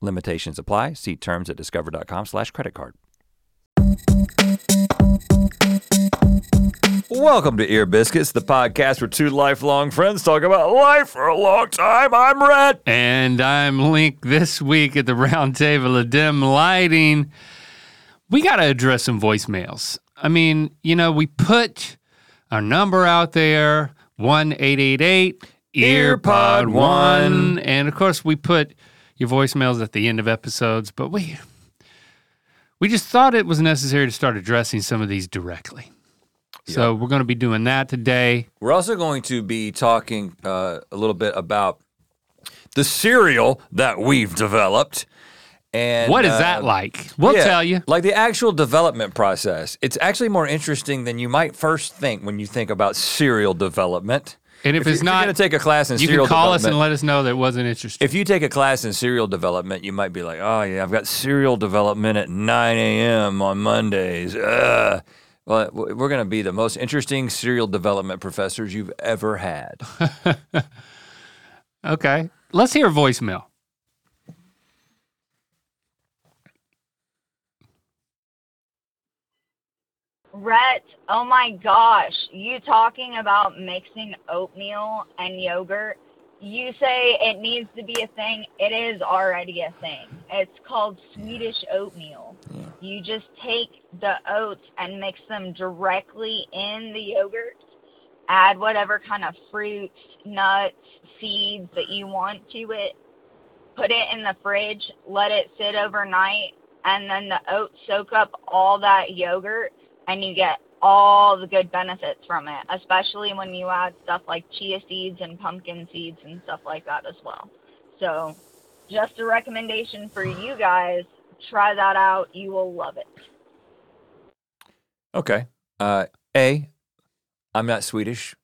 Limitations apply. See terms at discover.com/slash credit card. Welcome to Ear Biscuits, the podcast where two lifelong friends talk about life for a long time. I'm Red. And I'm Link this week at the round table of dim lighting. We got to address some voicemails. I mean, you know, we put our number out there one eight eight eight EarPod one. And of course, we put your voicemails at the end of episodes, but we. We just thought it was necessary to start addressing some of these directly. So we're going to be doing that today. We're also going to be talking uh, a little bit about the cereal that we've developed. And What is uh, that like? We'll yeah, tell you. Like the actual development process. It's actually more interesting than you might first think when you think about cereal development. And if, you- it's not, you're going to take a class in you cereal can call us development, and let us know that it wasn't interesting. if you take a class in serial development, you might be like, oh, yeah, I've got serial development at 9 a.m. on Mondays. Ugh. Well, w- we're going to be the most interesting serial development professors you've ever had. Okay. Let's hear a voicemail. Rhett, oh my gosh, you talking about mixing oatmeal and yogurt. You say it needs to be a thing. It is already a thing. It's called Swedish oatmeal. You just take the oats and mix them directly in the yogurt. Add whatever kind of fruits, nuts, seeds that you want to it. Put it in the fridge, let it sit overnight, and then the oats soak up all that yogurt and you get all the good benefits from it, especially when you add stuff like chia seeds and pumpkin seeds and stuff like that as well. So, just a recommendation for you guys. Try that out. You will love it. Okay. Uh, a, I'm not Swedish.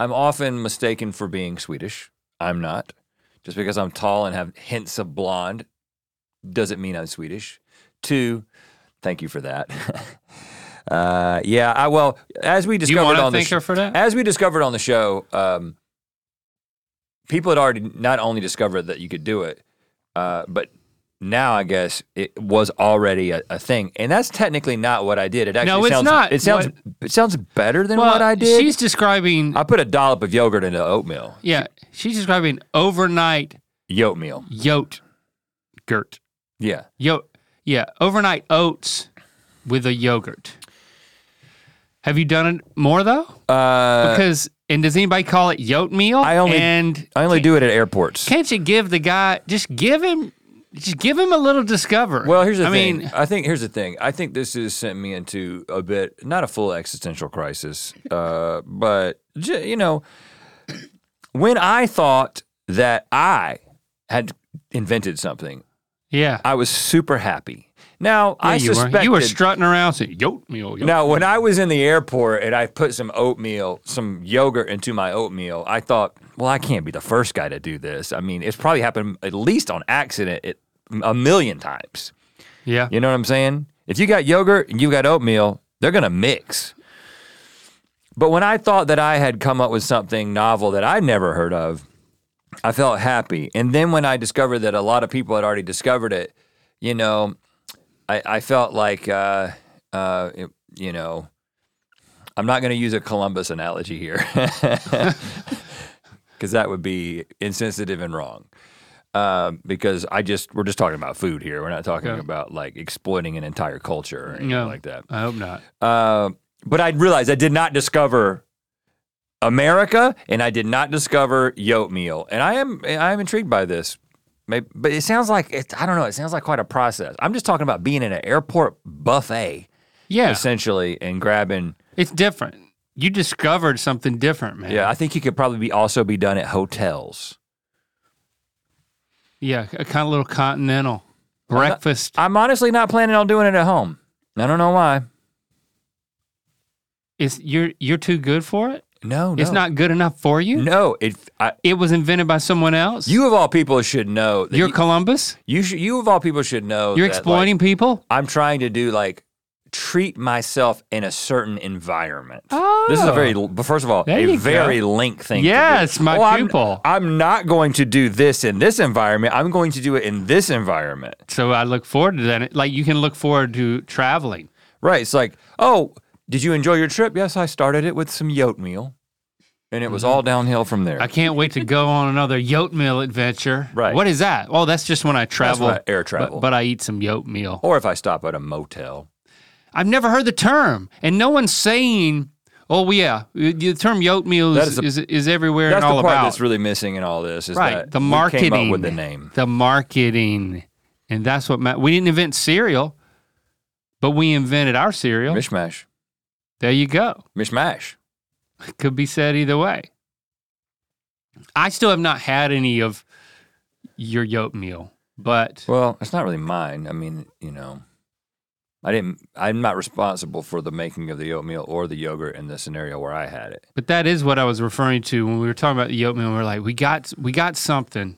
I'm often mistaken for being Swedish. I'm not. Just because I'm tall and have hints of blonde doesn't mean I'm Swedish. Two, thank you for that. uh, yeah, I well, as we Do you discovered want to on the thank sh- her for that? as we discovered on the show, um, people had already not only discovered that you could do it, uh, but now I guess it was already a, a thing, and that's technically not what I did. It actually No, it's sounds, not It sounds it sounds better than Well, what I did. She's describing, I put a dollop of yogurt into oatmeal. yeah, she's describing overnight Oatmeal. yoat, gert, Yeah. yoat, yeah, overnight oats with a yogurt. Have you done it more though? Uh, Because and does anybody call it yoat meal? I only- and I only do it at airports. can't you give the guy just give him just give him a little discover? Well, here's the I thing. mean, I think here's the thing. I think this has sent me into a bit, not a full existential crisis, uh, but j- you know, when I thought that I had invented something, yeah, I was super happy. Now I Yeah, you suspected were you were strutting around saying yoat meal. yoat now, when I was in the airport and I put some oatmeal, some yogurt into my oatmeal, I thought, well, I can't be the first guy to do this. I mean, it's probably happened at least on accident it, a million times. Yeah. You know what I'm saying? If you got yogurt and you got oatmeal, they're going to mix. But when I thought that I had come up with something novel that I'd never heard of, I felt happy. And then when I discovered that a lot of people had already discovered it, you know, I, I felt like, uh, uh, it- you know, I'm not going to use a Columbus analogy here because that would be insensitive and wrong. Um, because I just we're just talking about food here. We're not talking Yeah. about like exploiting an entire culture or anything No. like that. I hope not. Uh, but I realized I did not discover America, and I did not discover oatmeal. And I am I am intrigued by this. Maybe, but it sounds like it, I don't know. It sounds like quite a process. I'm just talking about being in an airport buffet Yeah, it's, essentially and grabbing. different. You discovered something different, man. Yeah, I think you could probably be also be done at hotels. yeah, a kind of little continental breakfast. I'm honestly not planning on doing it at home. I don't know why. Is you're you're too good for it? No, no. It's not good enough for you. No, it. I, It was invented by someone else. you of all people should know. That you're you, Columbus. you, should, you of all people should know. You're that, like, exploiting people. I'm trying to do like treat myself in a certain environment. This is a very but first of all Oh. There a you go. very link thing. to do. Oh, Yes, my I'm- pupil. I'm, not going to do this in this environment. I'm going to do it in this environment. So I look forward to that. Like you can look forward to traveling. Right? It's like, oh, did you enjoy your trip? Yes, I started it with some yote meal, and it was all downhill from there. Mm-hmm. I can't wait to go on another yote meal adventure. Right. What is that? Oh, that's just when I travel. when I air but- travel. But, I eat some yote meal. or if I stop at a motel. I've never heard the term, and no one's saying. Oh yeah, the term yote meal That is is, a- is, is everywhere That's and all the part about. that's really missing in all this. Is right, That the we marketing came up with the name. the marketing, and that's what ma- we didn't invent cereal, but we invented our cereal. Mishmash. There you go. Mishmash. could be said either way. I still have not had any of your yoke meal, but Well, it's not really mine. I mean, you know, I didn't. I'm not responsible for the making of the oatmeal or the yogurt in the scenario where I had it. but that is what I was referring to when we were talking about the yoke meal. We are like, we got we got something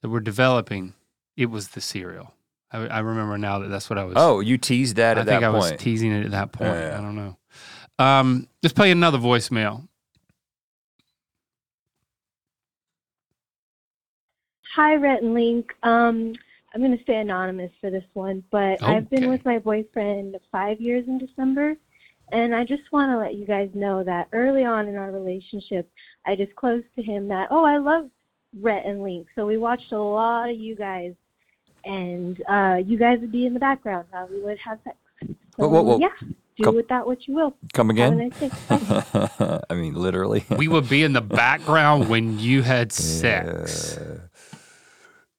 that we're developing. It was the cereal. I, I remember now that that's what I was. Oh, you teased that I at think that I was point. teasing it at that point. Yeah. I don't know. Um, let's play another voicemail. Hi, Rhett and Link. Um, I'm going to stay anonymous for this one, but I've Okay. been with my boyfriend five years in December, and I just want to let you guys know that early on in our relationship, I disclosed to him that, oh, I love Rhett and Link. So we watched a lot of you guys, and uh, you guys would be in the background while we would have sex. So, Whoa, whoa, whoa. Yeah, do Come- with that what you will. Come Have a again? nice day. Bye. I mean, literally. We would be in the background when you had sex.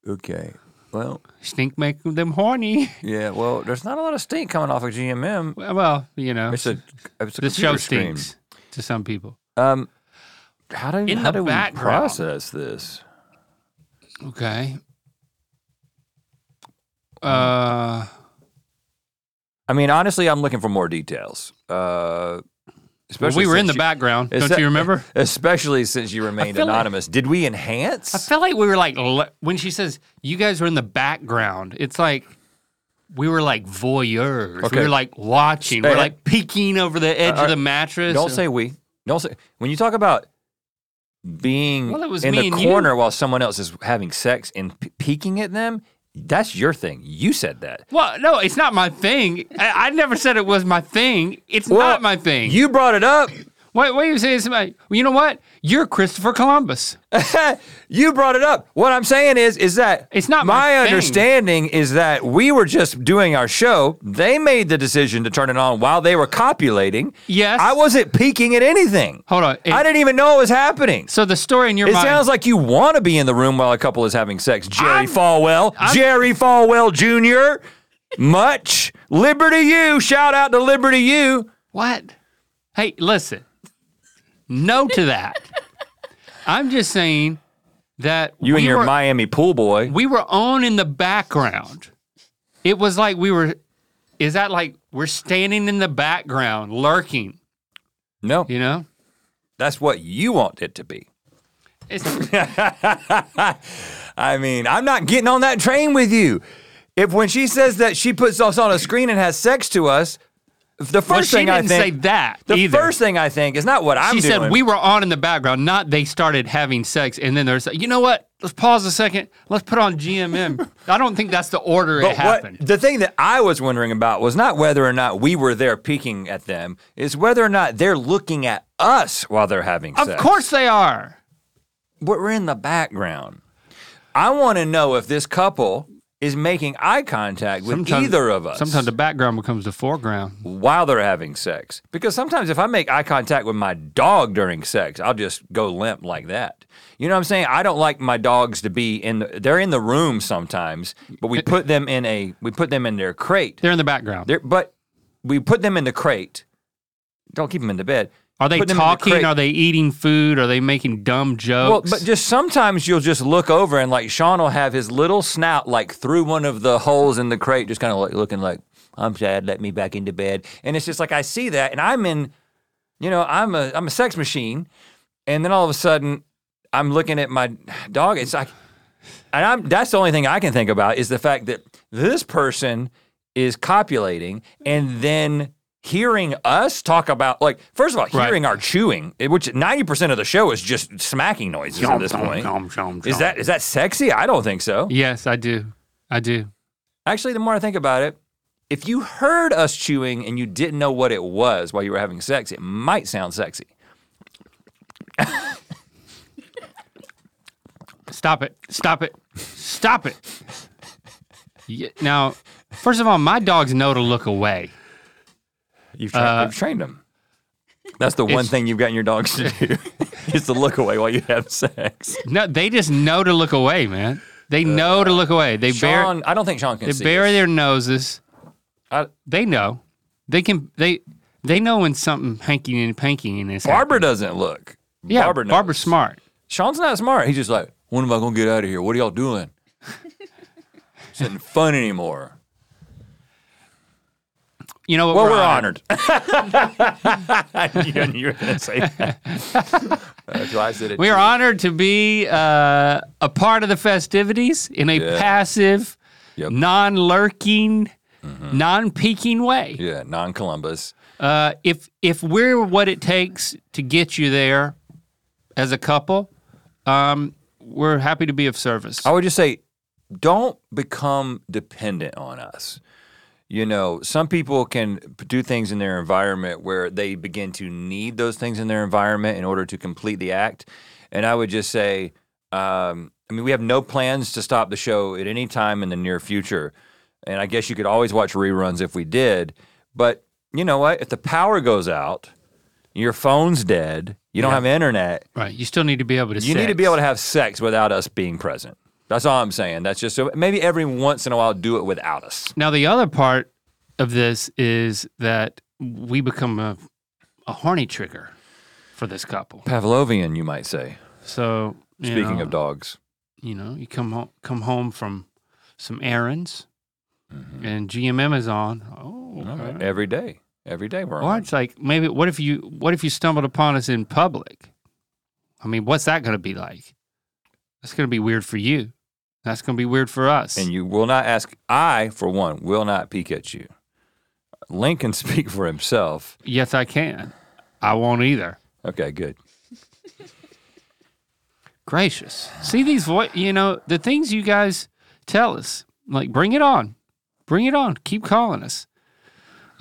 okay. Well, Stink make them horny. yeah. Well, there's not a lot of stink coming off of GMM. Well, you know, It's a. It's a the show computer screen. stinks to some people. Um, how do In how the do we background. process this? Okay. Hmm. Uh, I mean, honestly, I'm looking for more details. Uh, well, especially we were in since the you- background. Is Don't that- you remember? Especially since you remained feel like- anonymous. Did we enhance? I felt like we were like le- when she says you guys were in the background. It's like we were like voyeurs. Okay. We were like watching. Hey, we're like peeking over the edge uh, of the mattress. Don't say we. Don't say when you talk about being Well, it was in me the and you. corner while someone else is having sex and p- peeking at them. That's your thing. You said that. Well, no, it's not my thing. I, I never said it was my thing. It's not my thing. You brought it up. what, what are you saying? Somebody, well, you know what? You're Christopher Columbus. you brought it up. What I'm saying is, is that It's not my my, thing. understanding is that we were just doing our show. They made the decision to turn it on while they were copulating. Yes. I wasn't peeking at anything. Hold on. I didn't even know it was happening. so the story in your It mind. sounds like you want to be in the room while a couple is having sex. Jerry I'm- Falwell, I'm- Jerry Falwell Jr. Much Liberty U. Shout out to Liberty U. What? Hey, listen. No to that. I'm just saying that You we and your were, Miami pool boy. we were on in the background. It was like we were is that like we're standing in the background lurking, No, you know? that's what you want it to be. It's, I mean, I'm not getting on that train with you. If when she says that she puts us on a screen and has sex to us, the first well, she thing didn't I think say that the either. first thing I think is not what I'm she doing. said we were on in the background, not they started having sex and then there's you know what? Let's pause a second. Let's put on GMM. I don't think that's the order it But what- happened. the thing that I was wondering about was not whether or not we were there peeking at them, is whether or not they're looking at us while they're having Of sex. course they are. But we're in the background. I want to know if this couple is making eye contact with Sometimes- either of us Sometimes the background becomes the foreground. while they're having sex. Because sometimes if I make eye contact with my dog during sex, I'll just go limp like that. You know what I'm saying? I don't like my dogs to be in the, they're in the room sometimes, but we put them in a we put them in their crate They're in the background. There, but we put them in the crate. Don't keep them in the bed. Are they putting them in the talking? crate. Are they eating food? Are they making dumb Well, jokes? but just sometimes you'll just look over and like Sean will have his little snout like through one of the holes in the crate, just kind of like looking like, I'm sad, let me back into bed. And it's just like I see that and I'm in, you know, I'm a I'm a sex machine. And then all of a sudden I'm looking at my dog. It's like and I'm that's the only thing I can think about is the fact that this person is copulating and then hearing us talk about like first of all Right. hearing our chewing eh, which 90% of the show is just smacking noises at this point is that is that sexy i don't think so Yes, I do. I do. actually the more i think about it if you heard us chewing and you didn't know what it was while you were having sex it might sound sexy Stop it. Stop it. Stop it. Ye- Now, first of all, my dogs know to look away. you've, tra- you've trained them that's the one Uh, It's- thing you've gotten your dogs to do is to look away while you have sex No, they just know to look away, man. They know to look away. They bear. Uh, sean i don't think sean can They see bury us. their noses. I- they know. They can. They they know when something hanky and panky in is. happening. barbara doesn't look Yeah, barbara knows. Barbara's smart. Sean's not smart. He's just like, when am I gonna get out of here? What are y'all doing? it's not fun anymore. You know what? Well, we're, on honored. you, knew you were gonna say that. That's why I said it. We are too. honored to be uh, a part of the festivities in a Yeah. passive, Yep. Mm-hmm. non-lurking, non-peeking way. Yeah, non-Columbus. Uh, if if we're what it takes to get you there as a couple, um, we're happy to be of service. I would just say, don't become dependent on us. You know, some people can p- do things in their environment where they begin to need those things in their environment in order to complete the act. And I would just say, um, I mean, we have no plans to stop the show at any time in the near future. And I guess you could always watch reruns if we did. But you know what? If the power goes out, your phone's dead, you don't have internet, right. You still need to be able to. you need to be able to have sex without us being present. That's all I'm saying. That's just so maybe every once in a while do it without us. Now, the other part of this is that we become a, a horny trigger for this couple. Pavlovian, you might say. So, you Speaking know, of dogs, you know, you come home, come home from some errands, and GMM is on. Oh, Mm-hmm. All right. okay. uh, every day, every day we're or on. it's like maybe what if you what if you stumbled upon us in public? I mean, what's that going to be like? That's going to be weird for you. That's going to be weird for us. and you will not ask. I, for one, will not peek at you. Link can speak for himself. yes, I can. I won't either. Okay, good. gracious. See these voice, you know, the things you guys tell us, like bring it on, bring it on, keep calling us.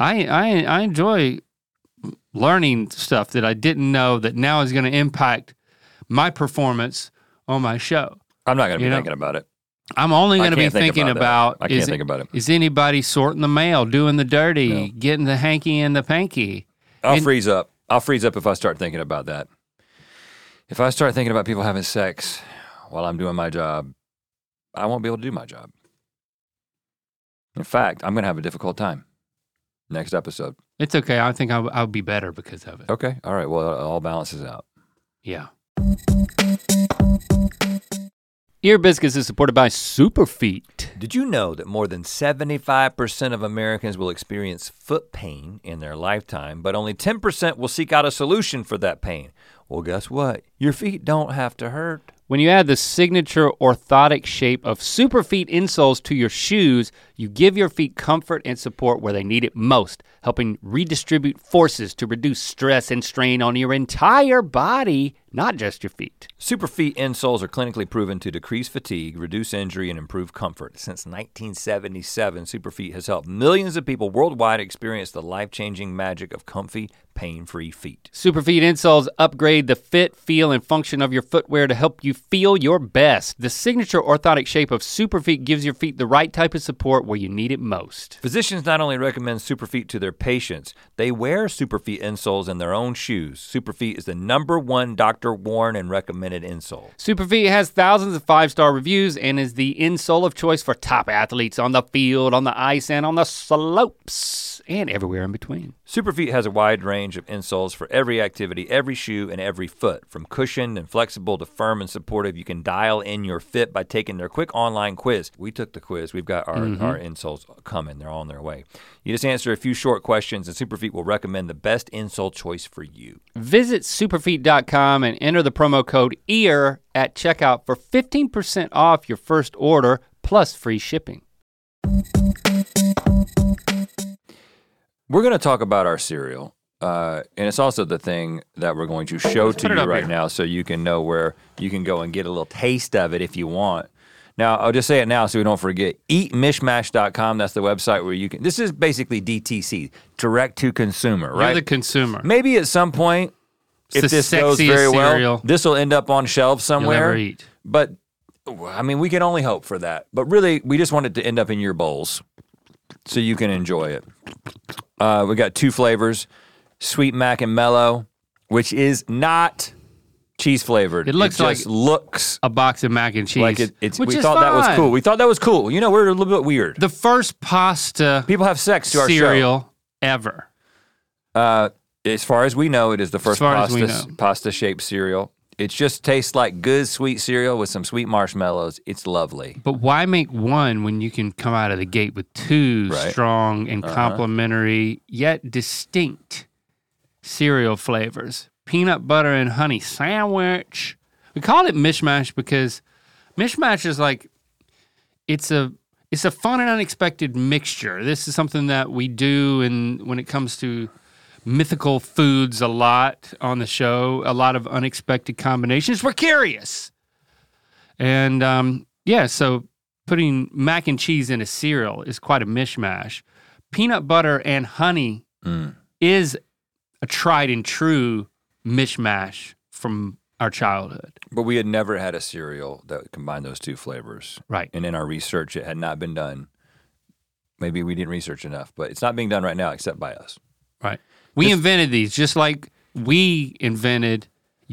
I I I enjoy learning stuff that I didn't know that now is going to impact my performance on my show. I'm not going to be You know, thinking about it. I'm only I going to be can't think thinking about about, that. I can't is, think about it. is anybody sorting the mail, doing the dirty, No. getting the hanky and the panky. I'll and- freeze up. I'll freeze up if I start thinking about that. If I start thinking about people having sex while I'm doing my job, I won't be able to do my job. In fact, I'm going to have a difficult time next episode. It's okay. I think I'll, I'll be better because of it. Okay. All right. Well, it all balances out. Yeah. Ear Biscuits is supported by Superfeet. Did you know that more than 75% of Americans will experience foot pain in their lifetime, but only 10% will seek out a solution for that pain? Well, guess what? Your feet don't have to hurt. When you add the signature orthotic shape of Superfeet insoles to your shoes, you give your feet comfort and support where they need it most, helping redistribute forces to reduce stress and strain on your entire body, not just your feet. Superfeet insoles are clinically proven to decrease fatigue, reduce injury, and improve comfort. Since 1977, Superfeet has helped millions of people worldwide experience the life changing magic of comfy, pain free feet. Superfeet insoles upgrade the fit, feel, and function of your footwear to help you feel your best. The signature orthotic shape of Superfeet gives your feet the right type of support where you need it most. Physicians not only recommend Superfeet to their patients, they wear Superfeet insoles in their own shoes. Superfeet is the number one doctor worn and recommended insole. Superfeet has thousands of five star reviews and is the insole of choice for top athletes on the field, on the ice, and on the slopes, and everywhere in between. Superfeet has a wide range. range of insoles for every activity, every shoe, and every foot. From cushioned and flexible to firm and supportive, you can dial in your fit by taking their quick online quiz. We took the quiz. We've got our, our insoles coming. They're on their way. You just answer a few short questions, and Superfeet will recommend the best insole choice for you. Visit superfeet.com and enter the promo code EAR at checkout for 15% off your first order plus free shipping. We're going to talk about our cereal. Uh, and it's also the thing that we're going to show to put it you up right here. now so you can know where you can go and get a little taste of it if you want. Now, I'll just say it now so we don't forget. Eatmishmash.com, that's the website where you can. This is basically DTC, direct to consumer, You're right? the consumer. Maybe at some point, It's if the this goes sexiest very well, cereal this will end up on shelves you'll somewhere. ever eat. But I mean, we can only hope for that. But really, we just want it to end up in your bowls so you can enjoy it. Uh, we got two flavors sweet mac and mellow, which is not cheese flavored. It looks like- just looks A box of mac and cheese. like it, it's. which we is thought that was fine. cool. We thought that was cool. You know, we're a little bit weird. The first pasta People have sex to our show. cereal ever. Uh, as far as we know, it is the first far as we pasta know. pasta shaped cereal. It just tastes like good sweet cereal with some sweet marshmallows. It's lovely. But why make one when you can come out of the gate with two Right. strong and complementary yet distinct cereal flavors? Peanut butter and honey sandwich. We call it mishmash because mishmash is like it's a it's a fun and unexpected mixture. This is something that we do and when it comes to mythical foods a lot on the show, a lot of unexpected combinations. We're curious. And um, yeah, so putting mac and cheese in a cereal is quite a mishmash. Peanut butter and honey Mm. is a tried and true mishmash from our childhood. But we had never had a cereal that combined those two flavors. Right. And in our research, it had not been done. Maybe we didn't research enough, but it's not being done right now except by us. Right. We invented these just like we invented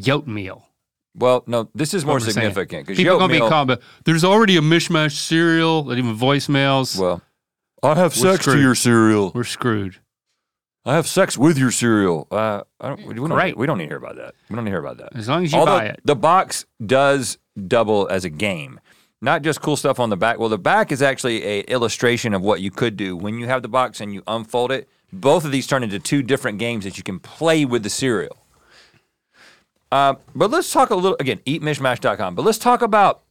oatmeal. Well, no, this is more What we're saying. significant because People oatmeal. gonna be calling, but there's already a mishmash cereal, and even voicemails. well, I have We're sex to screwed. your cereal. we're screwed. I have sex with your cereal. Uh, I don't, we, don't, Great. we don't need to hear about that. We don't need to hear about that. As long as you Although buy it. the box does double as a game, not just cool stuff on the back. Well, the back is actually a illustration of what you could do when you have the box and you unfold it. Both of these turn into two different games that you can play with the cereal. Uh, but let's talk a little again. Eatmishmash.com. But let's talk about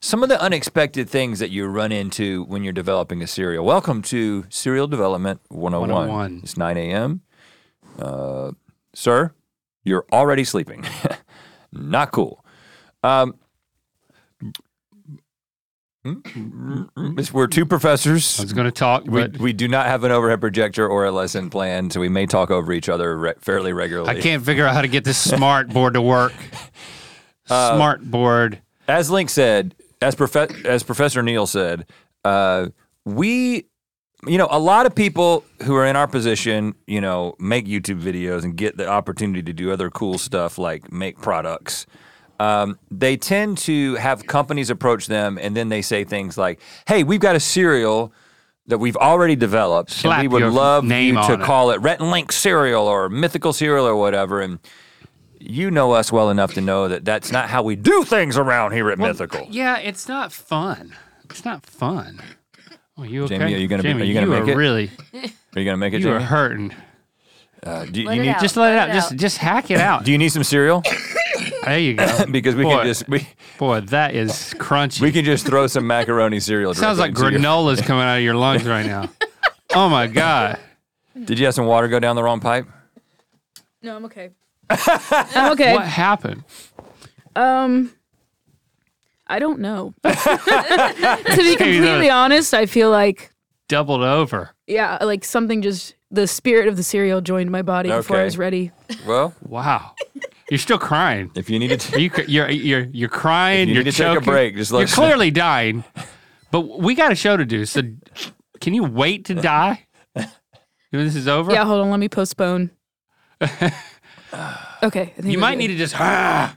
some of the unexpected things that you run into when you're developing a cereal. Welcome to Cereal Development 101. 101. It's 9 a.m. Uh, sir, you're already sleeping. Not cool. Um, It's- we're two I professors. was going to talk, We, but we do not have an overhead projector or a lesson plan, so we may talk over each other re- fairly regularly. I can't figure out how to get this smart board to work. smart board. as Link said, as prof- as Professor Neal said, uh, we, you know, a lot of people who are in our position, you know, make YouTube videos and get the opportunity to do other cool stuff like make products. Um, they tend to have companies approach them, and then they say things like, "Hey, we've got a cereal." That we've already developed, Slap and we would your love name you to on it. call it Rhett and Link cereal or mythical cereal or whatever. And you know us well enough to know that that's not how we do things around here at Mythical. Yeah, it's not fun. It's not fun. Are you okay? Jamie, are you gonna be- Jamie, are you gonna you make are it? Really, Are you gonna make it, you are Jamie? hurting. Uh, do, you Let it need, out. Just let it out. Let it Just out. just hack it out. do you need some cereal? there you go. Because we boy, can just we, boy, that is crunchy. we can just throw some macaroni cereal. Sounds like directly into your- granola's coming out of your lungs right now. Oh my god. Did you have some water go down the wrong pipe? No, I'm okay. I'm okay. What happened? Um, I don't know. to be knows. completely honest, I feel like Doubled over. yeah, like something just the spirit of the cereal joined my body before Okay. I was ready. Well, Wow. You're still crying. if you needed to, You, cr- you're you're you're crying. If you are need to take a choking. break, just let you're us know. clearly dying. But we got a show to do. So can you wait to die? When this is over, Yeah, hold on, let me postpone. okay, I think you we're might good. need to just ah,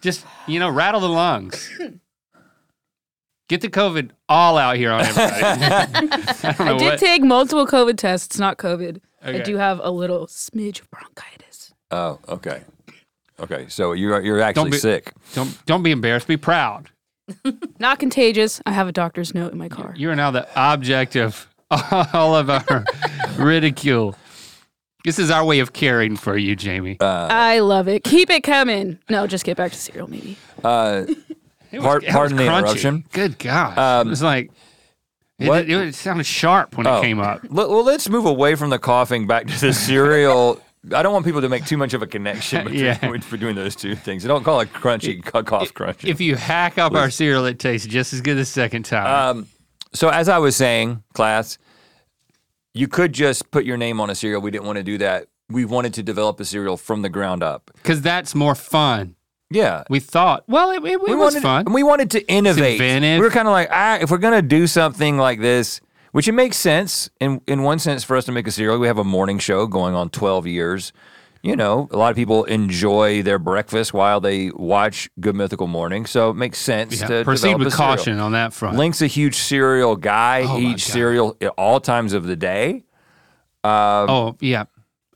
just you know rattle the lungs. Get the COVID all out here on everybody. I don't know I did what. take multiple COVID tests, not COVID. I Okay. do have a little smidge of bronchitis. Oh, okay. Okay, so you're you're actually Don't be- sick. don't don't be embarrassed. Be proud. Not contagious. I have a doctor's note in my car. You are now the object of all of our ridicule. This is our way of caring for you, Jamie. I love it. Keep it coming. No, just get back to cereal, maybe. It par- it pardon the crunchy. interruption. Um, Good God. it was like, it, what- it, it sounded sharp when Oh. it came up. L- well, let's move away from the coughing back to the cereal. I don't want people to make too much of a connection between, Yeah. between those two things. Don't call it crunchy c- cough crunchy. If you hack up our cereal, it tastes just as good the second time. Um, So as I was saying, class, you could just put your name on a cereal. We didn't want to do that. We wanted to develop a cereal from the ground up. Because that's more fun. Yeah. We thought, well, it, it, it was wanted, fun. and we wanted to innovate. inventive. We were kind of like, ah, if we're gonna do something like this, which it makes sense in in one sense for us to make a cereal. We have a morning show going on twelve years. You know, a lot of people enjoy their breakfast while they watch Good Mythical Morning, so it makes sense Yeah, to proceed develop with a cereal. caution on that front. Link's a huge cereal guy. Oh, he my eats God. cereal at all times of the day, oh, yeah.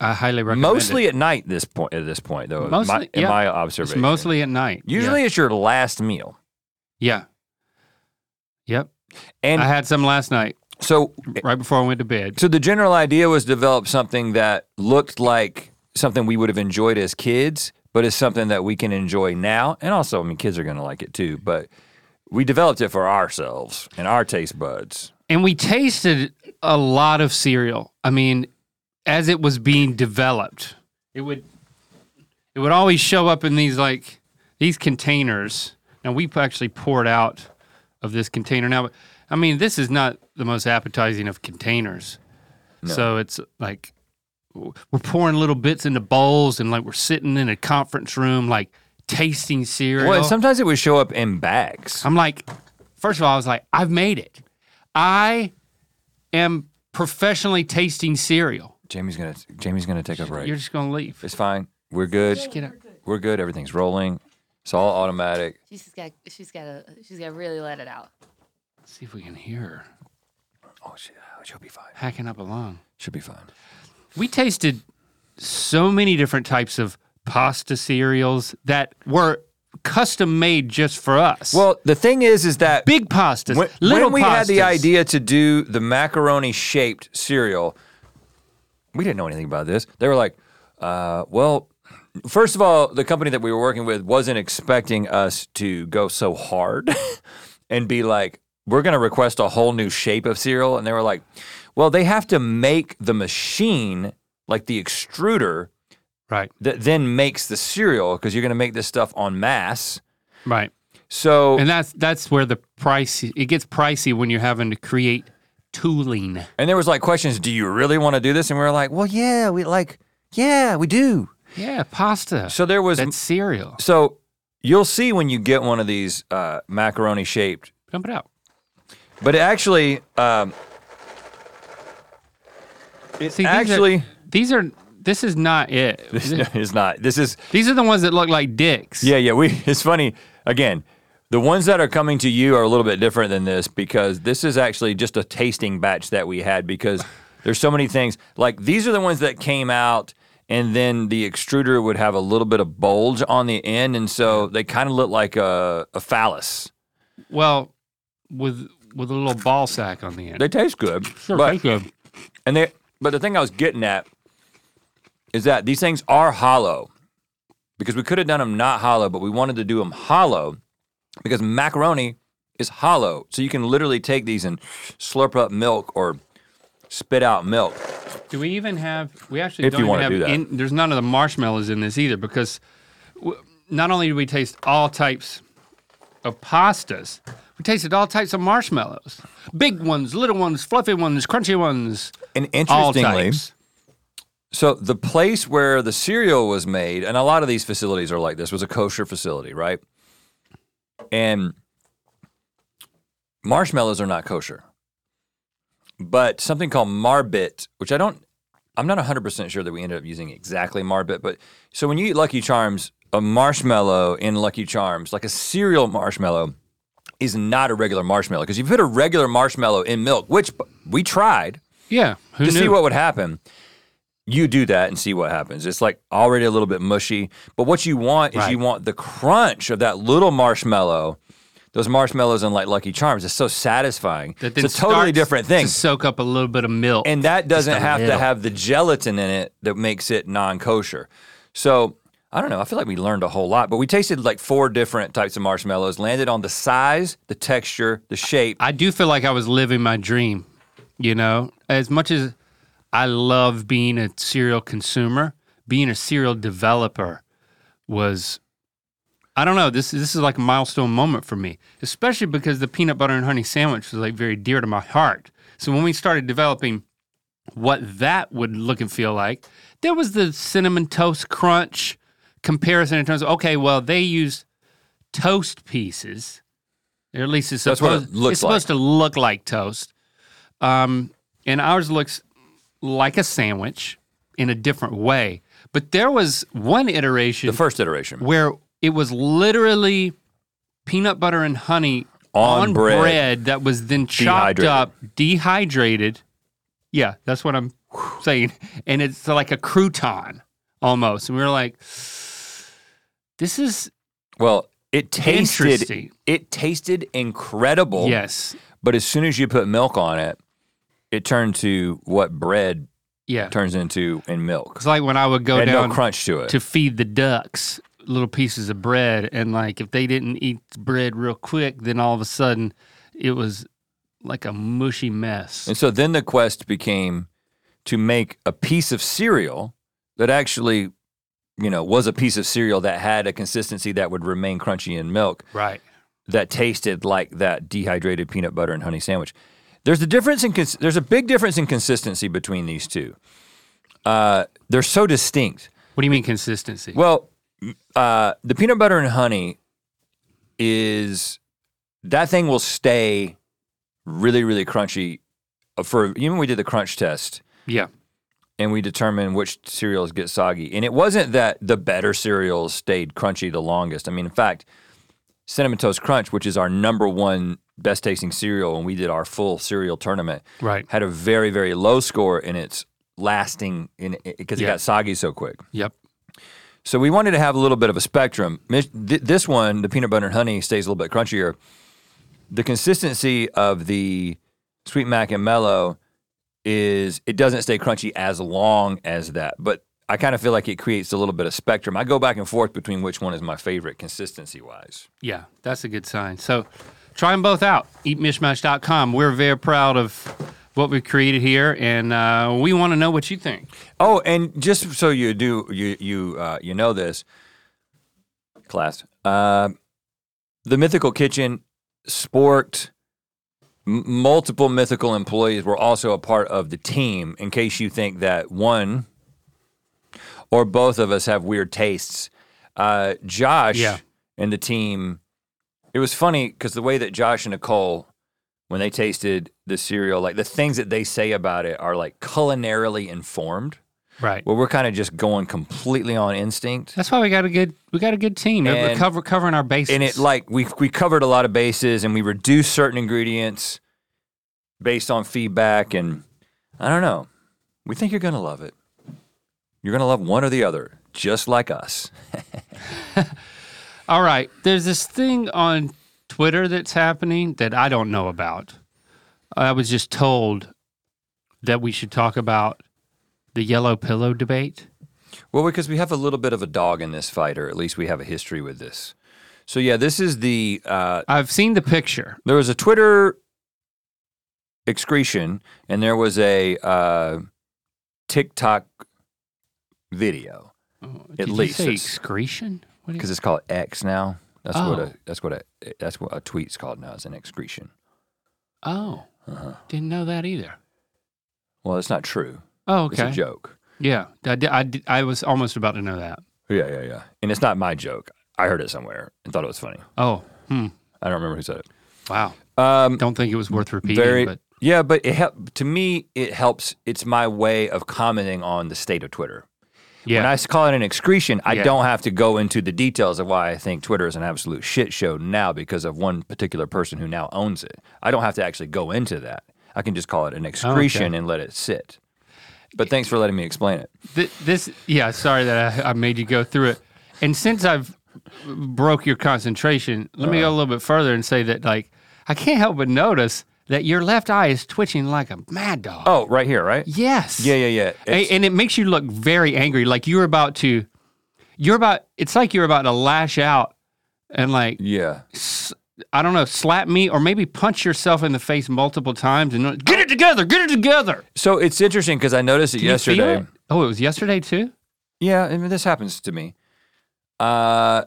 I highly recommend mostly it. at night. This point, at this point, though, in my- Mostly, in yeah. my It's observation, mostly at night. Yeah. usually it's your last meal. Yeah. Yep. And I had some last night, so, right before I went to bed. so the general idea was develop something that looked like something we would have enjoyed as kids, but it's something that we can enjoy now. And also, I mean, kids are going to like it too. But we developed it for ourselves and our taste buds. And we tasted a lot of cereal. I mean, as it was being developed, it would it would always show up in these like these containers. Now we actually poured out of this container. Now, I mean, this is not the most appetizing of containers. So it's like we're pouring little bits into bowls, and like we're sitting in a conference room, like tasting cereal. Well, and sometimes it would show up in bags. I'm like, first of all, I was like, I've made it. I am professionally tasting cereal. Jamie's gonna Jamie's gonna take a break. You're just gonna leave. It's fine. We're good. Get up. We're good. Everything's rolling. It's all automatic. She's just got. She's got to. She's got to really let it out. Let's see if we can hear her Oh, she, oh, she'll be fine. hacking up along. She'll be fine. We tasted so many different types of pasta cereals that were custom made just for us. Well, the thing is, is that big pastas, when, little when we had the pastas. idea to do the macaroni shaped cereal, we didn't know anything about this. They were like, uh, well, first of all, the company that we were working with wasn't expecting us to go so hard and be like, we're going to request a whole new shape of cereal. And they were like, well, they have to make the machine, like the extruder, right, that then makes the cereal because you're going to make this stuff en masse. right, So and that's that's where the price it gets pricey when you're having to create tooling. And there was like questions, do you really want to do this? And we were like, well, yeah, we like, yeah, we do. Yeah, pasta. So there was, that's cereal. so you'll see when you get one of these uh, macaroni shaped, Dump it out. but it actually, um, it See, these are- actually These are. This is not it. this is not. This is These are the ones that look like dicks. yeah, yeah. We it's funny again. The ones that are coming to you are a little bit different than this because this is actually just a tasting batch that we had because there's so many things. Like these are the ones that came out and then the extruder would have a little bit of bulge on the end and so they kind of look like a, a phallus. Well, with with a little ball sack on the end. They taste good. Sure, but, thank you. And they but the thing I was getting at is that these things are hollow because we could have done them not hollow, but we wanted to do them hollow because macaroni is hollow. So you can literally take these and slurp up milk or spit out milk. Do we even have? We actually If don't you even wanna have. do that. In, there's none of the marshmallows in this either because w- not only do we taste all types of pastas, we tasted all types of marshmallows. Big ones, little ones, fluffy ones, crunchy ones. And All interestingly, types. so the place where the cereal was made, and a lot of these facilities are like this, was a kosher facility, right? And marshmallows are not kosher. But something called marbit, which I don't, I'm not 100% sure that we ended up using exactly marbit, but so when you eat Lucky Charms, a marshmallow in Lucky Charms, like a cereal marshmallow, is not a regular marshmallow because you put a regular marshmallow in milk, which b- we tried Yeah. Who to knew? see what would happen. You do that and see what happens. It's like already a little bit mushy, but what you want is Right. you want the crunch of that little marshmallow. Those marshmallows in like Lucky Charms is so satisfying. that then it's a totally starts different thing. To soak up a little bit of milk. And that doesn't a have to little. have the gelatin in it that makes it non kosher. So I don't know. I feel like we learned a whole lot, but we tasted like four different types of marshmallows, landed on the size, the texture, the shape. I do feel like I was living my dream, you know? As much as I love being a cereal consumer, being a cereal developer was I don't know, this this is like a milestone moment for me, especially because the peanut butter and honey sandwich was like very dear to my heart. So when we started developing what that would look and feel like, there was the cinnamon toast crunch comparison in terms of okay, well, they used toast pieces. Or at least it's That's what it supposed- looks it's supposed to look like toast. Um, and ours looks like a sandwich in a different way. But there was one iteration The first iteration where it was literally peanut butter and honey on, bread. that was then chopped Dehydrated. up, dehydrated. Yeah, that's what I'm saying. And it's like a crouton almost. And we were like, this is Well, it tasted Interesting. it tasted incredible. yes. But as soon as you put milk on it, it turned to what bread Yeah. turns into in milk. It's like when I would go It had down no crunch to it. to feed the ducks little pieces of bread and like if they didn't eat the bread real quick, then all of a sudden it was like a mushy mess. And so then the quest became to make a piece of cereal that actually, you know, was a piece of cereal that had a consistency that would remain crunchy in milk right. that tasted like that dehydrated peanut butter and honey sandwich. There's a difference in cons- there's a big difference in consistency between these two. Uh, they're so distinct. What do you mean consistency? Well, uh, the peanut butter and honey is that thing will stay really, really crunchy uh, for even when we did the crunch test yeah. and we determined which cereals get soggy. And it wasn't that the better cereals stayed crunchy the longest. I mean, in fact, Cinnamon Toast Crunch, which is our number one best tasting cereal when we did our full cereal tournament, Right. had a very, very low score in its lasting in because it Yeah. got soggy so quick. Yep. So we wanted to have a little bit of a spectrum. Mis- th- This one, the peanut butter and honey, stays a little bit crunchier. The consistency of the sweet mac and mellow is it doesn't stay crunchy as long as that, but I kind of feel like it creates a little bit of spectrum. I go back and forth between which one is my favorite consistency wise. Yeah, that's a good sign. So try them both out. EatMishmash.com. We're very proud of what we've created here, and uh, we want to know what you think. Oh, and just so you do, you you uh, you know this, class. Uh, the Mythical Kitchen sporked m- multiple mythical employees were also a part of the team. In case you think that one or both of us have weird tastes, uh, Josh Yeah. and the team. It was funny because the way that Josh and Nicole when they tasted the cereal, like the things that they say about it are like culinarily informed. Right. Well, we're kind of just going completely on instinct. That's why we got a good we got a good team. We're And- cover, covering our bases. And it like we we covered a lot of bases and we reduced certain ingredients based on feedback and I don't know. We think you're going to love it. You're going to love one or the other, just like us. All right. There's this thing on Twitter that's happening that I don't know about. I was just told that we should talk about the yellow pillow debate. Well, because we have a little bit of a dog in this fight, or at least we have a history with this. So yeah, this is the uh, I've seen the picture. there was a Twitter excretion, and there was a uh, TikTok video Oh, At did you least say it's- excretion. What do you- because it's called X now. That's what Oh. a that's what a that's what a tweet's called now. It's an excretion. oh, Uh-huh. didn't know that either. Well, it's not true. Oh, okay. It's a joke. Yeah, I, di- I, di- I was almost about to know that. Yeah, yeah, yeah. And it's not my joke. I heard it somewhere and thought it was funny. Oh, hmm. I don't remember who said it. Wow. Um, Don't think it was worth repeating. very but yeah but it help to me it helps it's my way of commenting on the state of twitter When Yeah. I s- call it an excretion, I Yeah. don't have to go into the details of why I think Twitter is an absolute shit show now because of one particular person who now owns it. I don't have to actually go into that. I can just call Oh, it an excretion and let it sit. But thanks for letting me explain it. Th- this, yeah, sorry that I, I made you go through it. And since I've broke your concentration, let me go a Uh-huh. little bit further and say that, like, I can't help but notice that your left eye is twitching like a mad dog. Oh, right here, right? yes. Yeah, yeah, yeah. A- It's- and it makes you look very angry. Like you're about to, you're about. It's like you're about to lash out and like yeah. s- I don't know, slap me or maybe punch yourself in the face multiple times and not- get it together, get it together. So it's interesting because I noticed it Did you feel yesterday. it? Oh, it was yesterday too. Yeah, I mean, this happens to me. Uh,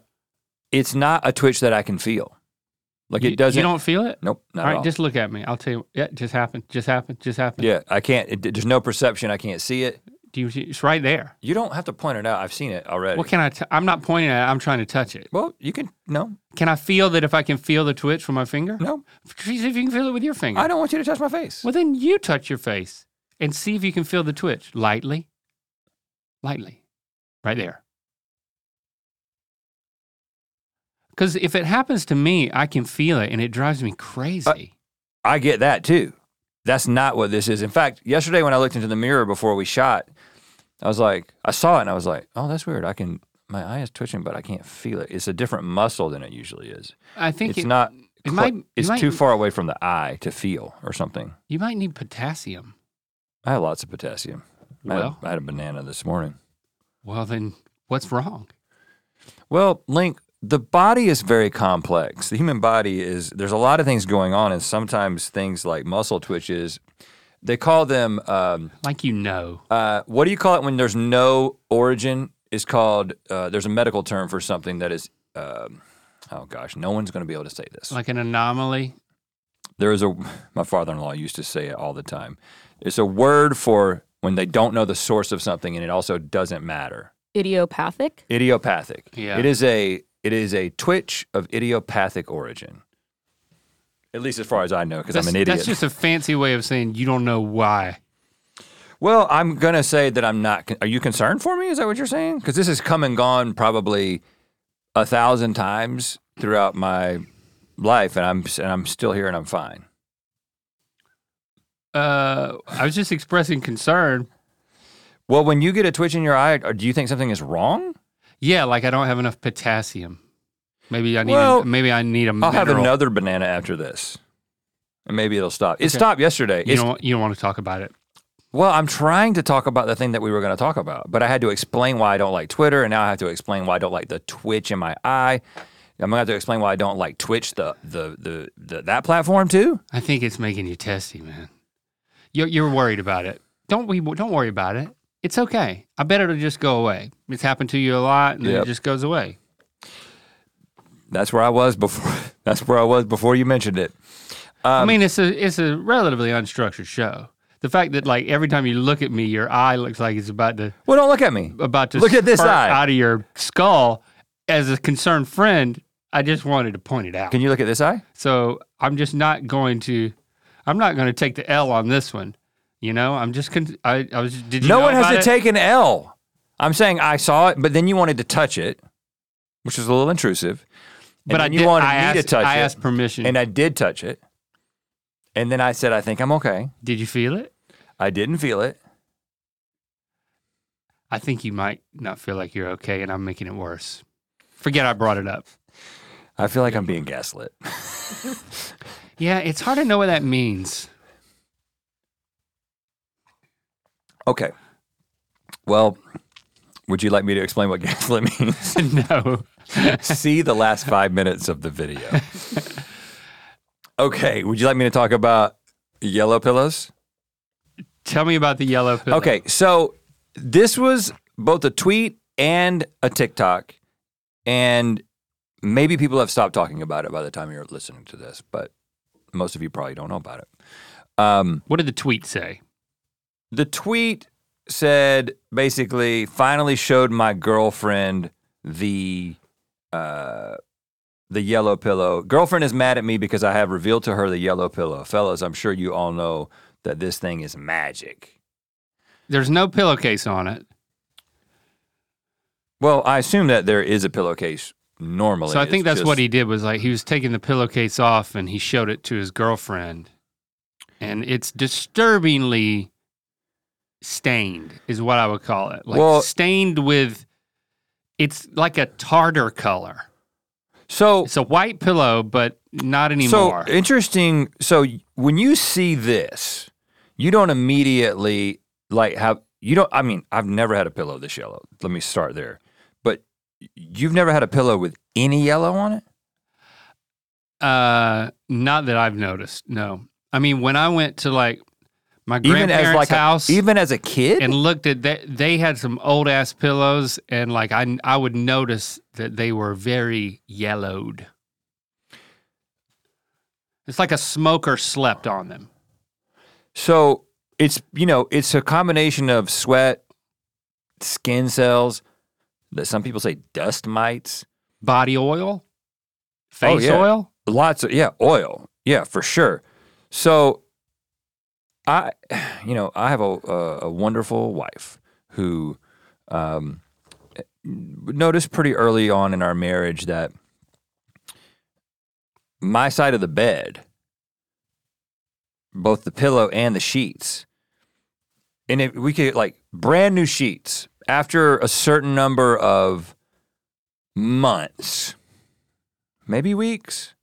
it's not a twitch that I can feel. Like You- it doesn't. You don't feel it. nope. Not all at right, all. just look at me. I'll tell you. Yeah, just happened. Just happened. Just happened. yeah, I can't. It, there's no perception. I can't see it. Do you? It's right there. You don't have to point it out. I've seen it already. What can I? T- I'm not pointing at. it. I'm trying to touch it. well, you can. No, Can I feel that if I can feel the twitch from my finger? no. See if you can feel it with your finger. I don't want you to touch my face. Well, then you touch your face and see if you can feel the twitch lightly, lightly, right there. Because if it happens to me, I can feel it and it drives me crazy. I get that too. That's not what this is. In fact, yesterday when I looked into the mirror before we shot, I was like, I saw it and I was like, oh, that's weird. I can. My eye is twitching, but I can't feel it. It's a different muscle than it usually is. I think It's it- not. It cl- might, you it's might- too far away from the eye to feel or something. You might need potassium. I had lots of potassium. I, had, Well. I had a banana this morning. Well, then what's wrong? Well, Link, the body is very complex. The human body is, there's a lot of things going on, and sometimes things like muscle twitches, they call them, um, Like you know. uh, what do you call it when there's no origin? It's called, uh, there's a medical term for something that is, um, oh gosh, no one's going to be able to say this. Like an anomaly. there is a my father-in-law used to say it all the time it's a word for when they don't know the source of something and it also doesn't matter Idiopathic. idiopathic Yeah. it is a it is a twitch of idiopathic origin at least as far as i know because i'm That's- an idiot That's just a fancy way of saying you don't know why. well i'm going to say that i'm not con- are you concerned for me is that what you're saying because this has come and gone probably a thousand times throughout my life and i'm and i'm still here and i'm fine Uh, I was just expressing concern. well when you get a twitch in your eye or do you think something is wrong Yeah, like I don't have enough potassium. Maybe I need. Well, maybe I need a I'll have mineral. another banana after this. And maybe it'll stop. It Okay. stopped yesterday. You It's- don't. You don't want to talk about it. well, I'm trying to talk about the thing that we were going to talk about, but I had to explain why I don't like Twitter, and now I have to explain why I don't like the twitch in my eye. I'm gonna have to explain why I don't like Twitch, the the the, the that platform too. I think it's making you testy, man. You're, you're worried about it. Don't we? Don't worry about it. It's okay. I bet it'll just go away. It's happened to you a lot, and then Yep. it just goes away. That's where I was before. That's where I was before you mentioned it. Um, I mean, it's a it's a relatively unstructured show. The fact that like every time you look at me, your eye looks like it's about to Well, don't look at me. about to Look at this spurt eye. out of your skull. As a concerned friend, I just wanted to point it out. Can you look at this eye? So I'm just not going to, I'm not going to take the L on this one. You know, I'm just, con- I, I was, did you No know one has about to it? take an L. I'm saying I saw it, but then you wanted to touch it, which is a little intrusive. And but I then you did- wanted I me asked, to touch I it. asked permission. and I did touch it. And then I said, I think I'm okay. did you feel it? I didn't feel it. I think you might not feel like you're okay and I'm making it worse. Forget I brought it up. I feel like I'm being gaslit. Yeah, it's hard to know what that means. Okay. Well, would you like me to explain what gaslit means? no. See the last five minutes of the video. Okay. Would you like me to talk about yellow pillows? Tell me about the yellow pill. Okay. So this was both a tweet and a TikTok. And maybe people have stopped talking about it by the time you're listening to this, but most of you probably don't know about it. Um, What did the tweet say? the tweet said basically finally showed my girlfriend the uh the yellow pillow girlfriend is mad at me because i have revealed to her the yellow pillow fellas i'm sure you all know that this thing is magic There's no pillowcase on it. Well, I assume that there is a pillowcase normally. So I It's think that's what just- he did was like he was taking the pillowcase off and he showed it to his girlfriend. And it's disturbingly stained is what I would call it. Like Well- stained with it's like a tartar color. So It's a white pillow, but not anymore. Oh. So interesting. So y- when you see this, you don't immediately like have you don't. I mean, I've never had a pillow this yellow. Let me start there. But y- you've never had a pillow with any yellow on it. uh not that I've noticed. No. I mean when I went to like my Even grandparents' as like house a, even as a kid. and looked at that they had some old ass pillows and like I I would notice that they were very yellowed. It's like a smoker slept on them. so it's you know it's a combination of sweat, skin cells. That some people say dust mites. Body oil, face Oh, yeah. oil. lots of yeah oil yeah for sure so i you know i have a, a, a wonderful wife who um, noticed pretty early on in our marriage that my side of the bed both the pillow and the sheets and if we could like brand new sheets after a certain number of months maybe weeks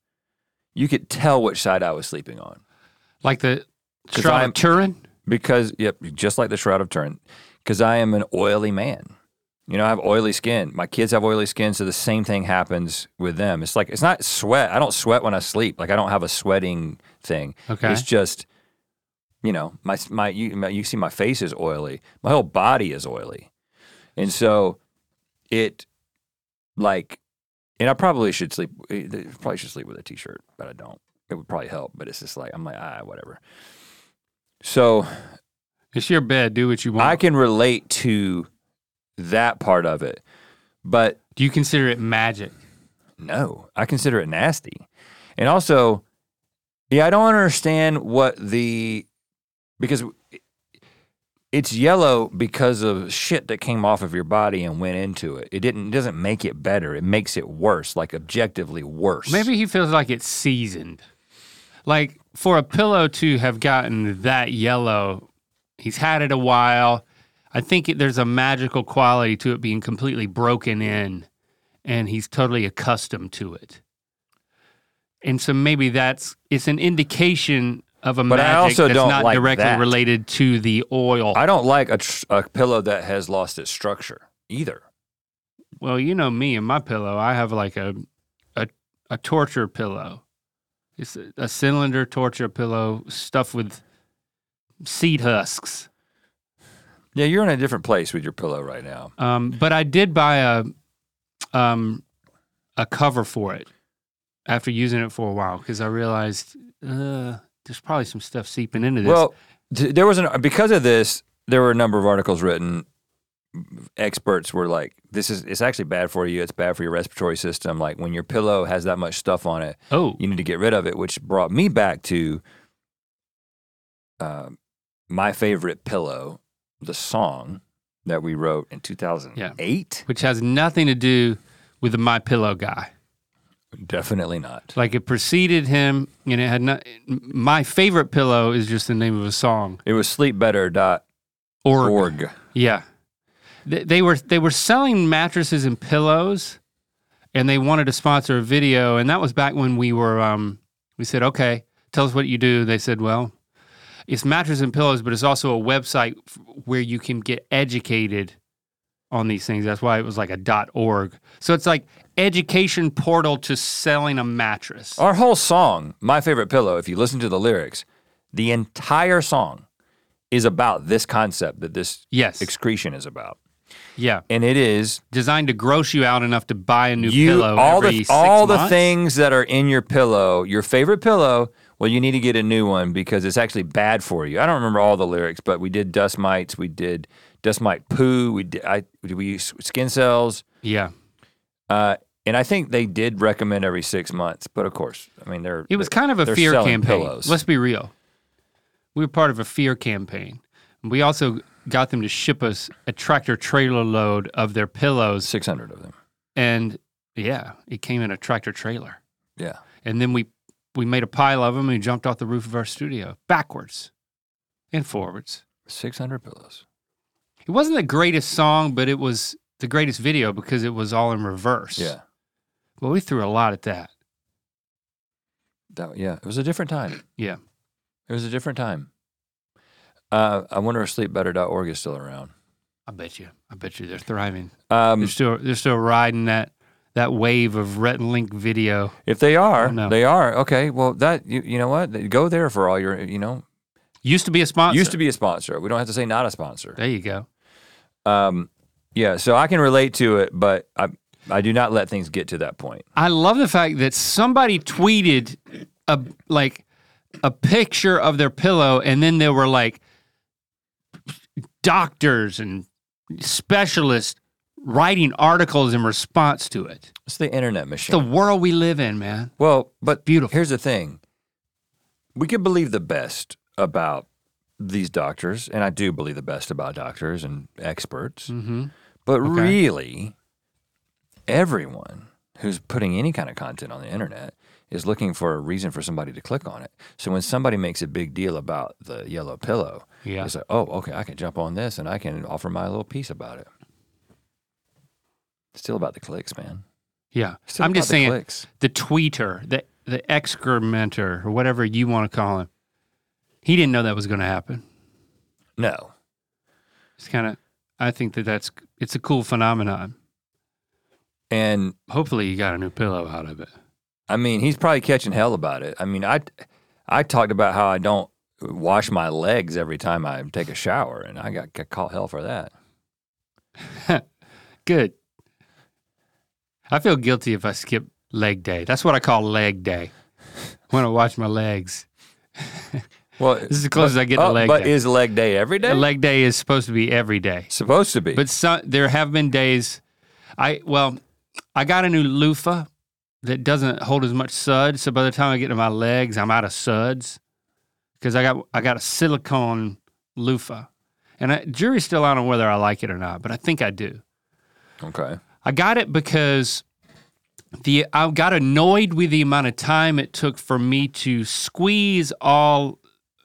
you could tell which side I was sleeping on Like the 'Cause Shroud I'm- of Turin. because, yep, just like the Shroud of Turin, because I am an oily man. You know, I have oily skin. My kids have oily skin, so the same thing happens with them. It's like it's not sweat. I don't sweat when I sleep. Like I don't have a sweating thing. Okay. It's just, you know, my my you, my you see my face is oily. My whole body is oily, and so it like, and I probably should sleep. eh, Probably should sleep with a t-shirt, but I don't. It would probably help, but it's just like I'm like ah whatever. So It's your bed. Do what you want. I can relate to that part of it, but Do you consider it magic? no, I consider it nasty. And also, yeah, I don't understand what the because it's yellow because of shit that came off of your body and went into it. It didn't it doesn't make it better. It makes it worse, like objectively worse. Maybe he feels like it's seasoned. Like for a pillow to have gotten that yellow, he's had it a while. I think it, there's a magical quality to it being completely broken in and he's totally accustomed to it. And so maybe that's it's an indication of a But I magic also that's don't not like directly that. related to the oil. I don't like a, tr- a pillow that has lost its structure either. Well, you know me and my pillow. I have like a a, a torture pillow. It's a, a cylinder torture pillow stuffed with seed husks. Yeah, you're in a different place with your pillow right now. Um, but I did buy a um a cover for it after using it for a while because I realized uh, there's probably some stuff seeping into this. Well, th- there was an because of this, there were a number of articles written. Experts were like, "This is it's actually bad for you. It's bad for your respiratory system. Like when your pillow has that much stuff on it, oh, you need to get rid of it." Which brought me back to uh, my favorite pillow, the song that we wrote in 2008. which has nothing to do with the my pillow guy. Definitely not. Like it preceded him, and it had not. My favorite pillow is just the name of a song. It was sleepbetter.org. Or yeah, they, they were they were selling mattresses and pillows, and they wanted to sponsor a video, and that was back when we were. Um, we said, okay, tell us what you do. They said, well, it's mattress and pillows, but it's also a website f- where you can get educated on these things. That's why it was like a dot org. So it's like education portal to selling a mattress. Our whole song, My Favorite Pillow, if you listen to the lyrics, the entire song is about this concept that this Yes. excretion is about. yeah. And it is designed to gross you out enough to buy a new you pillow all the every six all the months? things that are in your pillow, your favorite pillow, well you need to get a new one because it's actually bad for you. I don't remember all the lyrics, but we did dust mites, we did dust mite poo, we did I we used skin cells. Yeah, Uh, and I think they did recommend every six months, but of course, I mean they're it was they're- kind of a they're fear selling campaign. Pillows. Let's be real. We were part of a fear campaign. We also got them to ship us a tractor trailer load of their pillows. 600 of them. And yeah, it came in a tractor trailer. Yeah. And then we we made a pile of them and we jumped off the roof of our studio backwards and forwards. 600 pillows. It wasn't the greatest song, but it was the greatest video because it was all in reverse. Yeah. Well, we threw a lot at that. That, yeah. It was a different time. Yeah. It was a different time. Uh, I wonder if sleepbetter.org is still around. I bet you. I bet you they're thriving. Um, They're still they're still riding that that wave of Rhett and Link video. if they are, no. they are. Okay. Well, that, you, you know what? Go there for all your, you know, Used to be a sponsor. used to be a sponsor. We don't have to say not a sponsor. There you go. Um, yeah. So I can relate to it, but I, I do not let things get to that point. I love the fact that somebody tweeted a like a picture of their pillow, and then there were like doctors and specialists writing articles in response to it. It's the internet It's machine. the world we live in, man. Well, but beautiful. Here's the thing: we can believe the best about these doctors, and I do believe the best about doctors and experts. Mm-hmm. But Okay. really, everyone who's putting any kind of content on the internet is looking for a reason for somebody to click on it. So when somebody makes a big deal about the yellow pillow, Yeah. it's like, oh, okay, I can jump on this and I can offer my little piece about it. It's still about the clicks, man. Yeah. It's still I'm about just the saying clicks. the tweeter, the the excrementer, or whatever you want to call him. He didn't know that was going to happen. No, It's kind of. I think that that's it's a cool phenomenon. and Hopefully, you got a new pillow out of it. I mean, he's probably catching hell about it. I mean, I, I talked about how I don't wash my legs every time I take a shower, and I got, got caught hell for that. Good. I feel guilty if I skip leg day. That's what I call leg day. When I wash my legs. Well, This is as close as I get to oh, leg But day. is leg day every day? A leg day is supposed to be every day. Supposed to be. But some, there have been days I well, I got a new loofah that doesn't hold as much suds, so by the time I get to my legs, I'm out of suds. Cuz I got I got a silicone loofah. And I, jury's still out on whether I like it or not, but I think I do. okay. I got it because the I got annoyed with the amount of time it took for me to squeeze all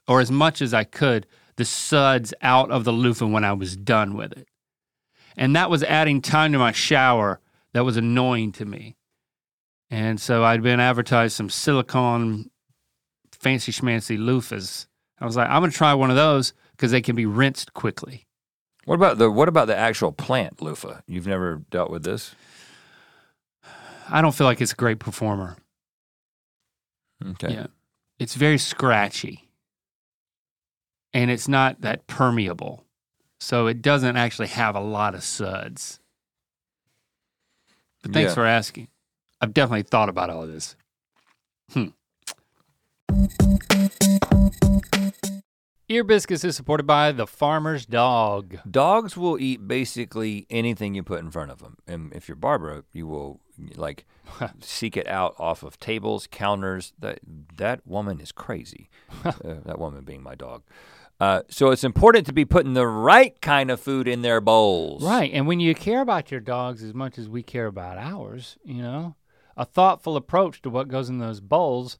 or as much as I could the suds out of the loofah when I was done with it. And that was adding time to my shower that was annoying to me. And so I'd been advertised some silicone fancy schmancy loofahs. I was like, I'm gonna try one of those because they can be rinsed quickly. What about the what about the actual plant loofah? You've never dealt with this. I don't feel like it's a great performer. Okay. Yeah. It's very scratchy. And it's not that permeable. So it doesn't actually have a lot of suds. But thanks Yeah. for asking. I've definitely thought about all of this. Hmm. Ear Biscuits is supported by the Farmer's Dog. Dogs will eat basically anything you put in front of them, and if you're Barbara, you will like seek it out off of tables, counters. That that woman is crazy. uh, that woman being my dog. Uh, so it's important to be putting the right kind of food in their bowls. Right. And when you care about your dogs as much as we care about ours, you know, a thoughtful approach to what goes in those bowls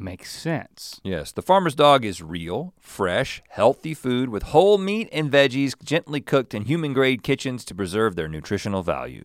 makes sense. Yes, the farmer's dog is real, fresh, healthy food with whole meat and veggies gently cooked in human grade kitchens to preserve their nutritional value.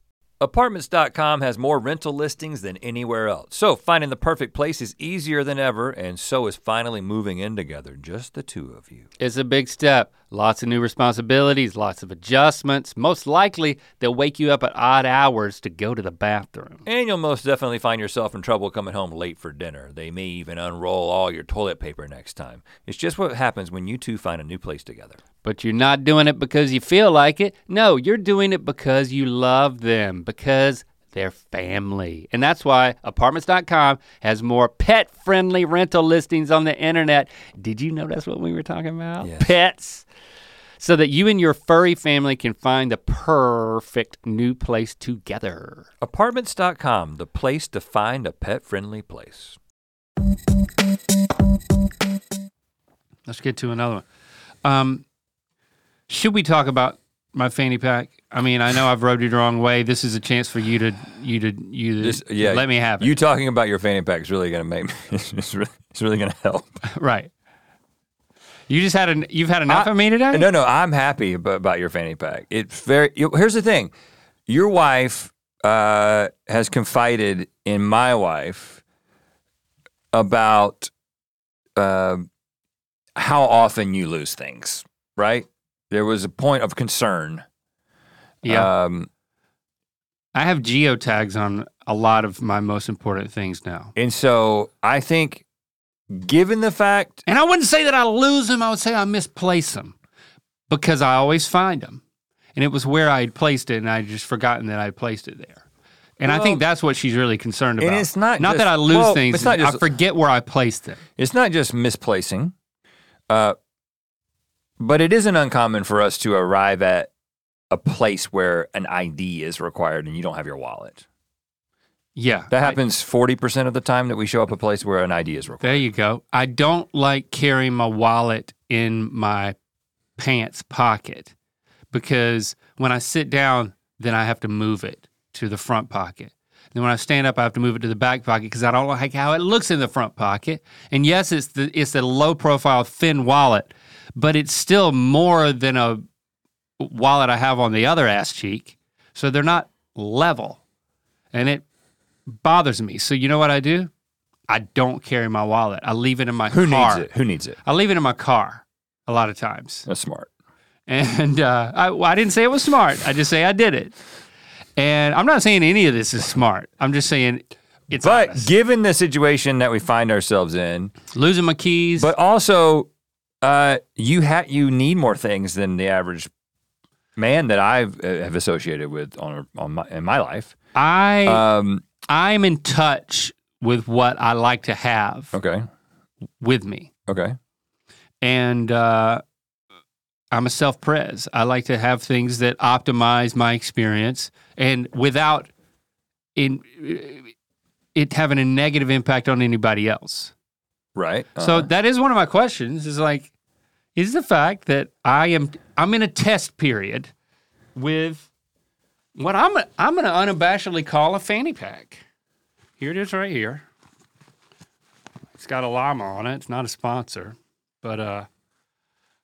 Apartments.com has more rental listings than anywhere else. So finding the perfect place is easier than ever, and so is finally moving in together, just the two of you. It's a big step. Lots of new responsibilities, lots of adjustments. Most likely, they'll wake you up at odd hours to go to the bathroom. And you'll most definitely find yourself in trouble coming home late for dinner. They may even unroll all your toilet paper next time. It's just what happens when you two find a new place together. But you're not doing it because you feel like it. No, you're doing it because you love them, because they're family. And that's why apartments.com has more pet friendly rental listings on the internet. Did you know that's what we were talking about? Yes. Pets. So that you and your furry family can find the perfect new place together. Apartments.com, the place to find a pet friendly place. Let's get to another one. Um, should we talk about my fanny pack? I mean, I know I've rode you the wrong way. This is a chance for you to you to you to This- yeah, let me have it. You talking about your fanny pack is really going to make me, it's really, it's really going to help. right. You just had an you've had enough of me today. No, no, I'm happy ab- about your fanny pack. It's very. you- Here's the thing, your wife uh, has confided in my wife about uh, how often you lose things. Right? There was a point of concern. yeah, Um, I have geotags on a lot of my most important things now, and so I think, given the fact, and I wouldn't say that I lose them. I would say I misplace them because I always find them, and it was where I had placed it, and I had just forgotten that I had placed it there. And I Well, think that's what she's really concerned and about. it's not not just- that I lose well, things. it's not just- I forget where I placed them. it's not just misplacing, uh, but it isn't uncommon for us to arrive at a place where an ID is required and you don't have your wallet. Yeah, That I- happens 40% of the time that we show up a place where an ID is required. there you go. I don't like carrying my wallet in my pants pocket because when I sit down, then I have to move it to the front pocket. Then when I stand up, I have to move it to the back pocket because I don't like how it looks in the front pocket. And yes, it's the it's a low profile thin wallet, but it's still more than a wallet I have on the other ass cheek. So they're not level, and it bothers me. So you know what I do? I don't carry my wallet. I leave it in my Who car. needs it? Who needs it? I leave it in my car a lot of times. That's smart. And uh, I, well, I didn't say it was smart. I just say I did it. And I'm not saying any of this is smart. I'm just saying it's But honest. given the situation that we find ourselves in, losing my keys. but also uh, you ha- you need more things than the average man that I uh, have associated with on, on my, in my life. I Um, I'm in touch with what I like to have okay. with me, Okay. and uh, I'm a self pres. I like to have things that optimize my experience, and without in it having a negative impact on anybody else. Right. So Uh-huh. that is one of my questions is like, is the fact that I am I'm in a test period with what I'm I'm gonna unabashedly call a fanny pack. Here it is right here. It's got a llama on it. It's not a sponsor, but uh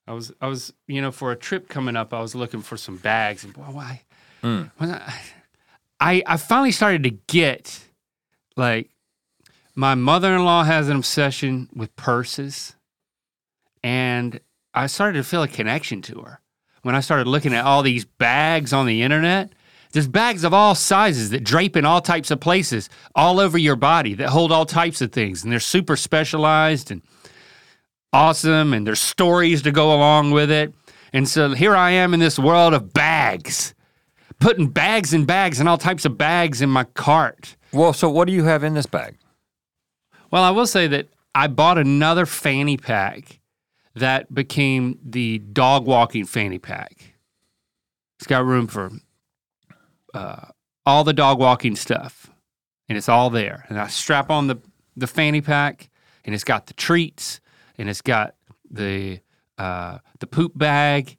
I was I was you know for a trip coming up I was looking for some bags and boy why when I, I I finally started to get like my mother-in-law has an obsession with purses and i started to feel a connection to her when i started looking at all these bags on the internet there's bags of all sizes that drape in all types of places all over your body that hold all types of things and they're super specialized and awesome and there's stories to go along with it and so here i am in this world of bags putting bags and bags and all types of bags in my cart well, so what do you have in this bag? well, I will say that I bought another fanny pack that became the dog walking fanny pack. It's got room for uh, all the dog walking stuff, and it's all there. And I strap on the, the fanny pack, and it's got the treats, and it's got the uh, the poop bag,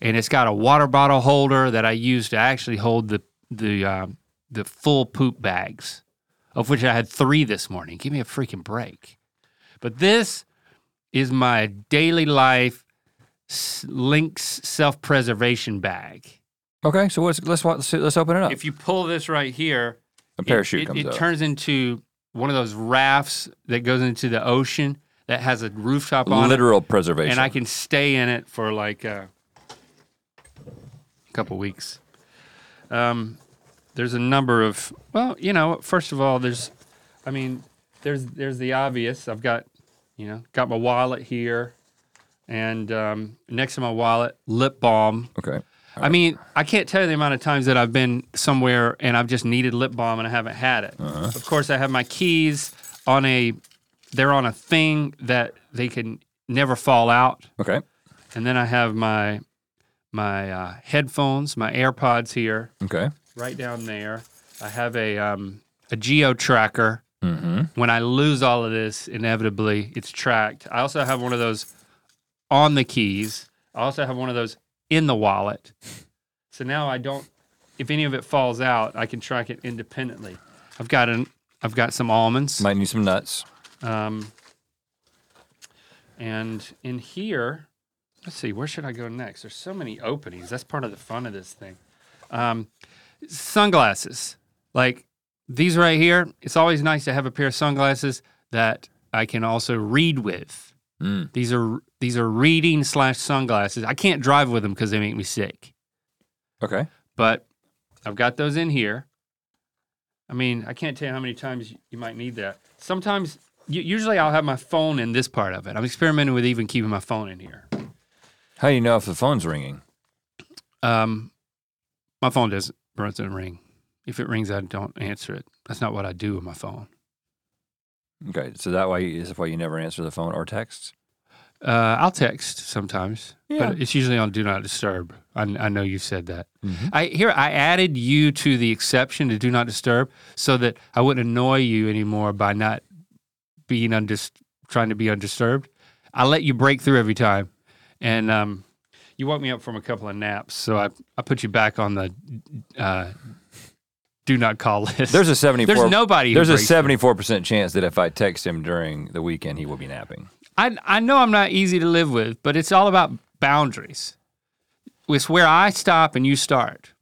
and it's got a water bottle holder that I use to actually hold the the um, the full poop bags of which I had three this morning. Give me a freaking break. But this is my daily life s- Lynx self preservation bag. Okay, so what's, let's wa- let's see- let's open it up. If you pull this right here, a it- parachute it, comes it up. turns into one of those rafts that goes into the ocean that has a rooftop on it. Literal preservation. and I can stay in it for like uh, a couple weeks. Um, there's a number of well, you know, first of all, there's, I mean, there's there's the obvious. I've got, you know, got my wallet here, and um, next to my wallet, lip balm. okay. I mean, I can't tell you the amount of times that I've been somewhere and I've just needed lip balm and I haven't had it. Of course, I have my keys on a, they're on a thing that they can never fall out Okay. and then I have my my uh, headphones, my AirPods here, Okay. right down there. I have a um, a geo tracker. Mm-hmm. When I lose all of this, inevitably it's tracked. I also have one of those on the keys. I also have one of those in the wallet. So now I don't. If any of it falls out, I can track it independently. I've got an. I've got some almonds. Might need some nuts. Um, and in here, let's see, where should I go next? There's so many openings. That's part of the fun of this thing. Um, sunglasses, like these right here. It's always nice to have a pair of sunglasses that I can also read with. Mm. These are these are reading slash sunglasses. I can't drive with them because they make me sick. Okay. But I've got those in here. I mean, I can't tell you how many times you- you might need that. Sometimes, u- usually, I'll have my phone in this part of it. I'm experimenting with even keeping my phone in here. How do you know if the phone's ringing? Um, my phone doesn't doesn't ring. If it rings, I don't answer it. That's not what I do with my phone. Okay, so that way is why you never answer the phone or texts. Uh, I'll text sometimes, Yeah. but it's usually on Do Not Disturb. I, I know you said that. Mhm. I here I added you to the exception to Do Not Disturb so that I wouldn't annoy you anymore by not being undis- trying to be undisturbed. I let you break through every time, and um, you woke me up from a couple of naps, so I I put you back on the uh, Do Not Call list. There's a 74. There's nobody. who There's a breaks through. 74% chance that if I text him during the weekend, he will be napping. I, I know I'm not easy to live with, but it's all about boundaries. It's where I stop and you start.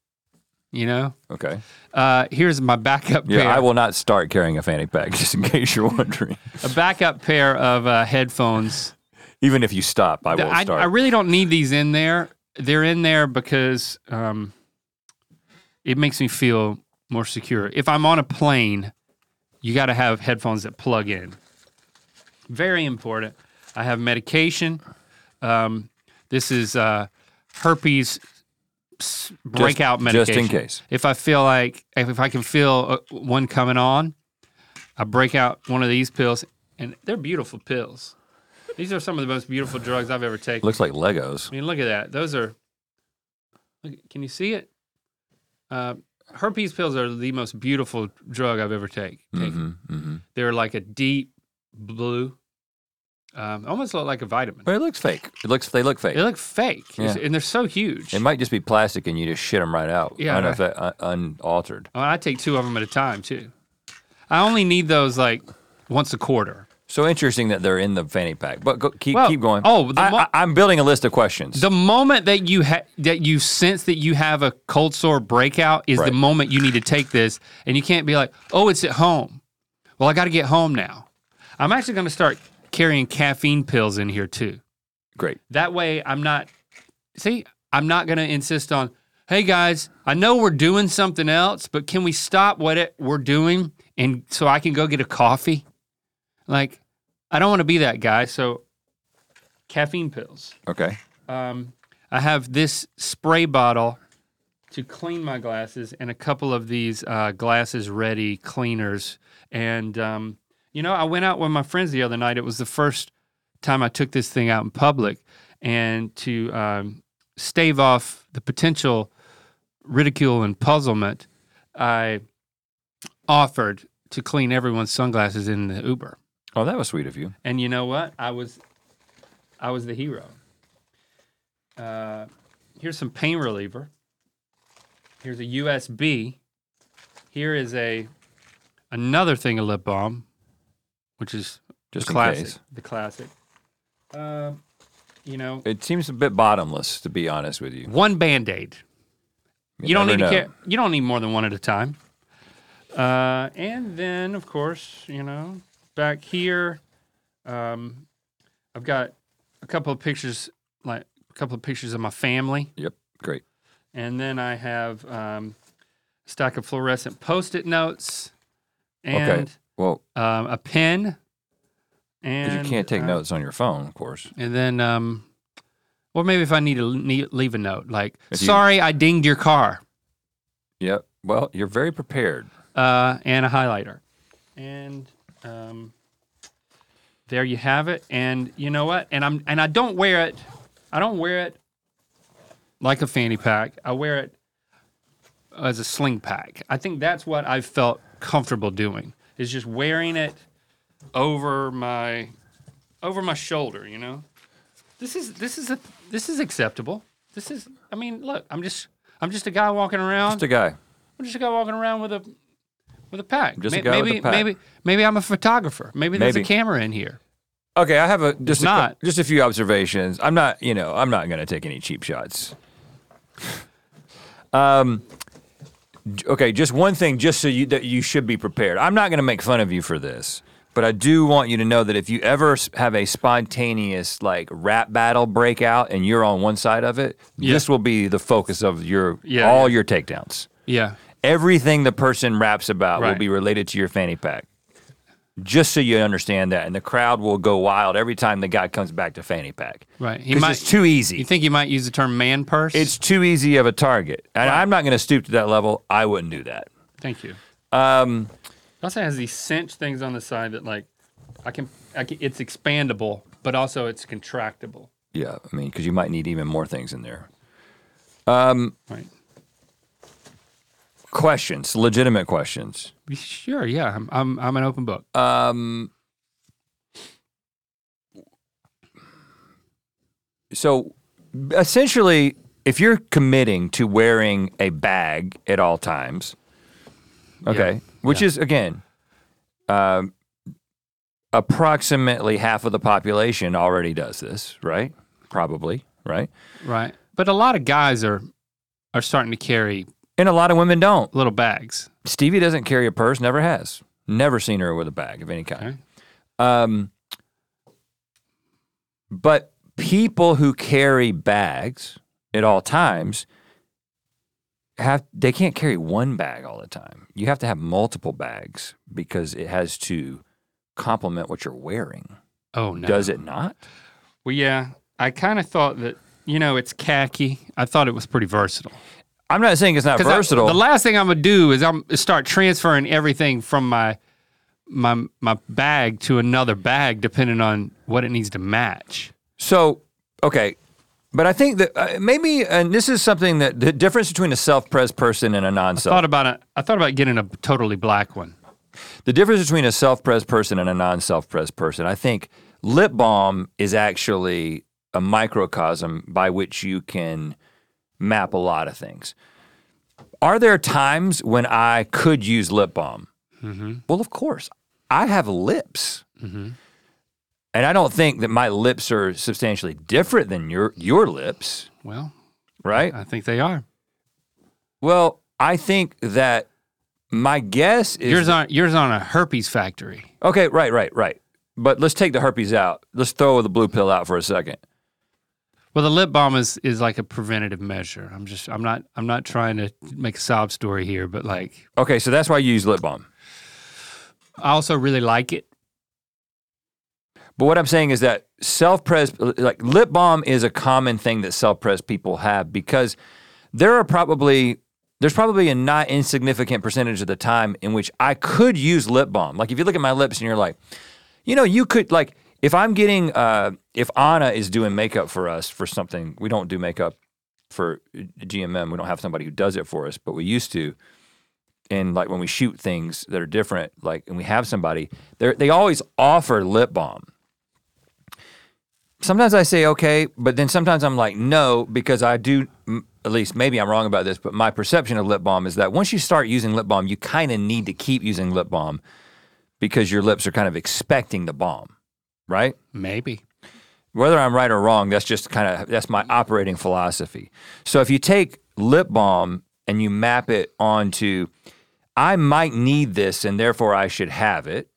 You know? Okay. Uh, here's my backup Yeah, pair. I will not start carrying a fanny pack, just in case you're wondering. A backup pair of uh, headphones. Even if you stop, I will I, start. I really don't need these in there. They're in there because um, it makes me feel more secure. If I'm on a plane, you got to have headphones that plug in. Very important. I have medication. Um, this is uh, herpes s- breakout just in medication. case. If I feel like, if, if I can feel uh, one coming on, I break out one of these pills, and they're beautiful pills. These are some of the most beautiful drugs I've ever taken. Looks like Legos. I mean, look at that. Those are. look- Can you see it? Uh, herpes pills are the most beautiful drug I've ever take, taken. Mm-hmm, mm-hmm. They're like a deep blue, um, almost look like a vitamin. But it looks fake. It looks. They look fake. They look fake, Yeah. and they're so huge. It might just be plastic, and you just shit them right out. Yeah, unaff- un- unaltered. Oh, I take two of them at a time too. I only need those like once a quarter. So interesting that they're in the fanny pack. But go, keep Well, keep going. oh, the I, mo- I, I'm building a list of questions. The moment that you ha- that you sense that you have a cold sore breakout is the Right. moment you need to take this, and you can't be like, "Oh, it's at home." Well, I got to get home now. I'm actually going to start carrying caffeine pills in here too. Great. That way, I'm not. See, I'm not going to insist on. Hey guys, I know we're doing something else, but can we stop what it, we're doing and so I can go get a coffee? Like, I don't want to be that guy. So, caffeine pills. Okay. Um, I have this spray bottle to clean my glasses and a couple of these uh, glasses ready cleaners. And, um, you know, I went out with my friends the other night. It was the first time I took this thing out in public. And to um, stave off the potential ridicule and puzzlement, I offered to clean everyone's sunglasses in the Uber. Oh, that was sweet of you. And you know what? I was, I was the hero. Uh, here's some pain reliever. Here's a USB. Here is a another thing of lip balm, which is Just the in classic. case. The classic. Um, you know, It seems a bit bottomless, to be honest with you. one band aid. You don't never need know. to care. You don't need more than one at a time. Uh, and then, of course, you know, back here, um, I've got a couple of pictures, like a couple of pictures of my family, Yep. Great. and then I have um, a stack of fluorescent post-it notes okay. and Well, um, a pen. 'cause And you can't take uh, notes on your phone, of course. And then, um, or maybe if I need to l- need- leave a note, like, If you- "Sorry, I dinged your car." Yep. Well, you're very prepared. uh, and a highlighter. And um, there you have it. And you know what? And I'm and I don't wear it. I don't wear it like a fanny pack. I wear it as a sling pack. I think that's what I've felt comfortable doing is just wearing it over my over my shoulder. You know, this is this is a this is acceptable. This is. I mean, look. I'm just I'm just a guy walking around. Just a guy. I'm just a guy walking around with a with a pack. Just a May- guy with maybe, a pack. Maybe maybe I'm a photographer. Maybe, there's a Maybe. camera in here. Okay, I have a just a, not. just a few observations. I'm not, you know, I'm not going to take any cheap shots. um, j- okay, just one thing, just so you that you should be prepared. I'm not going to make fun of you for this, but I do want you to know that if you ever s- have a spontaneous like rap battle breakout and you're on one side of it, Yeah. this will be the focus of your Yeah, all yeah. your takedowns. Yeah. Everything the person raps about will Right. be related to your fanny pack. Just so you understand that, and the crowd will go wild every time the guy comes back to fanny pack. Right. He 'Cause might- it's too easy. You think you might use the term man purse? it's too easy of a target, and I'm not going to stoop to that level. I wouldn't do that. thank you. Um, it also has these cinch things on the side that like I can, I can it's expandable, but also it's contractable. Yeah, I mean, because you might need even more things in there. Um, Right. Questions, legitimate questions. Sure. Yeah. I'm I'm, I'm an open book. Um, So essentially, if you're committing to wearing a bag at all times, okay, which is again, um, approximately half of the population already does this, right? Probably, right? right. But a lot of guys are are starting to carry And a lot of women don't. little bags. Stevie doesn't carry a purse, never has. Never seen her with a bag of any kind. Um, but people who carry bags at all times have they can't carry one bag all the time. You have to have multiple bags because it has to complement what you're wearing. Oh no. Does it not? Well, yeah, I kind of thought that you know it's khaki. I thought it was pretty versatile. I'm not saying it's not 'Cause I- Uh, versatile. the last thing I'm gonna do is I'm start transferring everything from my my my bag to another bag, depending on what it needs to match. So, okay. But I think that uh, maybe, and this is something that the difference between a self-pressed person and a non-self. Thought about it. I thought about getting a totally black one. The difference between a self pressed person and a non self pressed person, I think lip balm is actually a microcosm by which you can map a lot of things. Are there times when I could use lip balm? Well, of course. I have lips. And I don't think that my lips are substantially different than your your lips, Well, right? I think they are. Well, I think that my guess is Yours on yours on a herpes factory. Okay, right, right, right. But let's take the herpes out. Let's throw the blue pill out for a second. Well, the lip balm is is like a preventative measure. I'm just I'm not I'm not trying to make a sob story here, but like Okay, so that's why you use lip balm. I also really like it. But what I'm saying is that self press, like lip balm, is a common thing that self press people have because there are probably there's probably a not insignificant percentage of the time in which I could use lip balm. Like if you look at my lips and you're like, you know, you could like if I'm getting uh, if Anna is doing makeup for us for something we don't do makeup for GMM. We don't have somebody who does it for us, but we used to. And like when we shoot things that are different, like and we have somebody, they they always offer lip balm. Sometimes I say okay, but then sometimes I'm like no because I do. m- At least maybe I'm wrong about this, but my perception of lip balm is that once you start using lip balm, you kind of need to keep using lip balm because your lips are kind of expecting the balm, right? Maybe. whether I'm right or wrong, that's just kind of that's my operating philosophy. So if you take lip balm and you map it onto I might need this and therefore I should have it.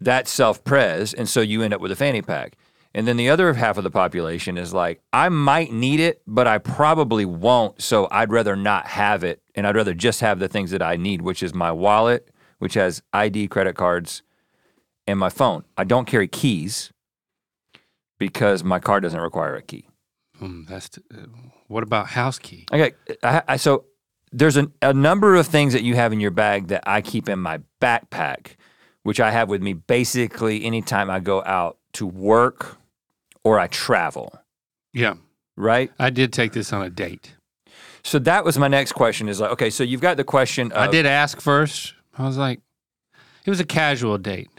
That's self pres. And so you end up with a fanny pack. And then the other half of the population is like, I might need it, but I probably won't. So I'd rather not have it. And I'd rather just have the things that I need, which is my wallet, which has ID, credit cards, and my phone. I don't carry keys because my car doesn't require a key. Hmm, that's t- uh, what about house key? Okay, I, I, so there's a, a number of things that you have in your bag that I keep in my backpack, which I have with me basically anytime I go out to work or I travel, Yeah, right? I did take this on a date. So that was my next question is like, okay, so you've got the question of, I did ask first. I was like, it was a casual date.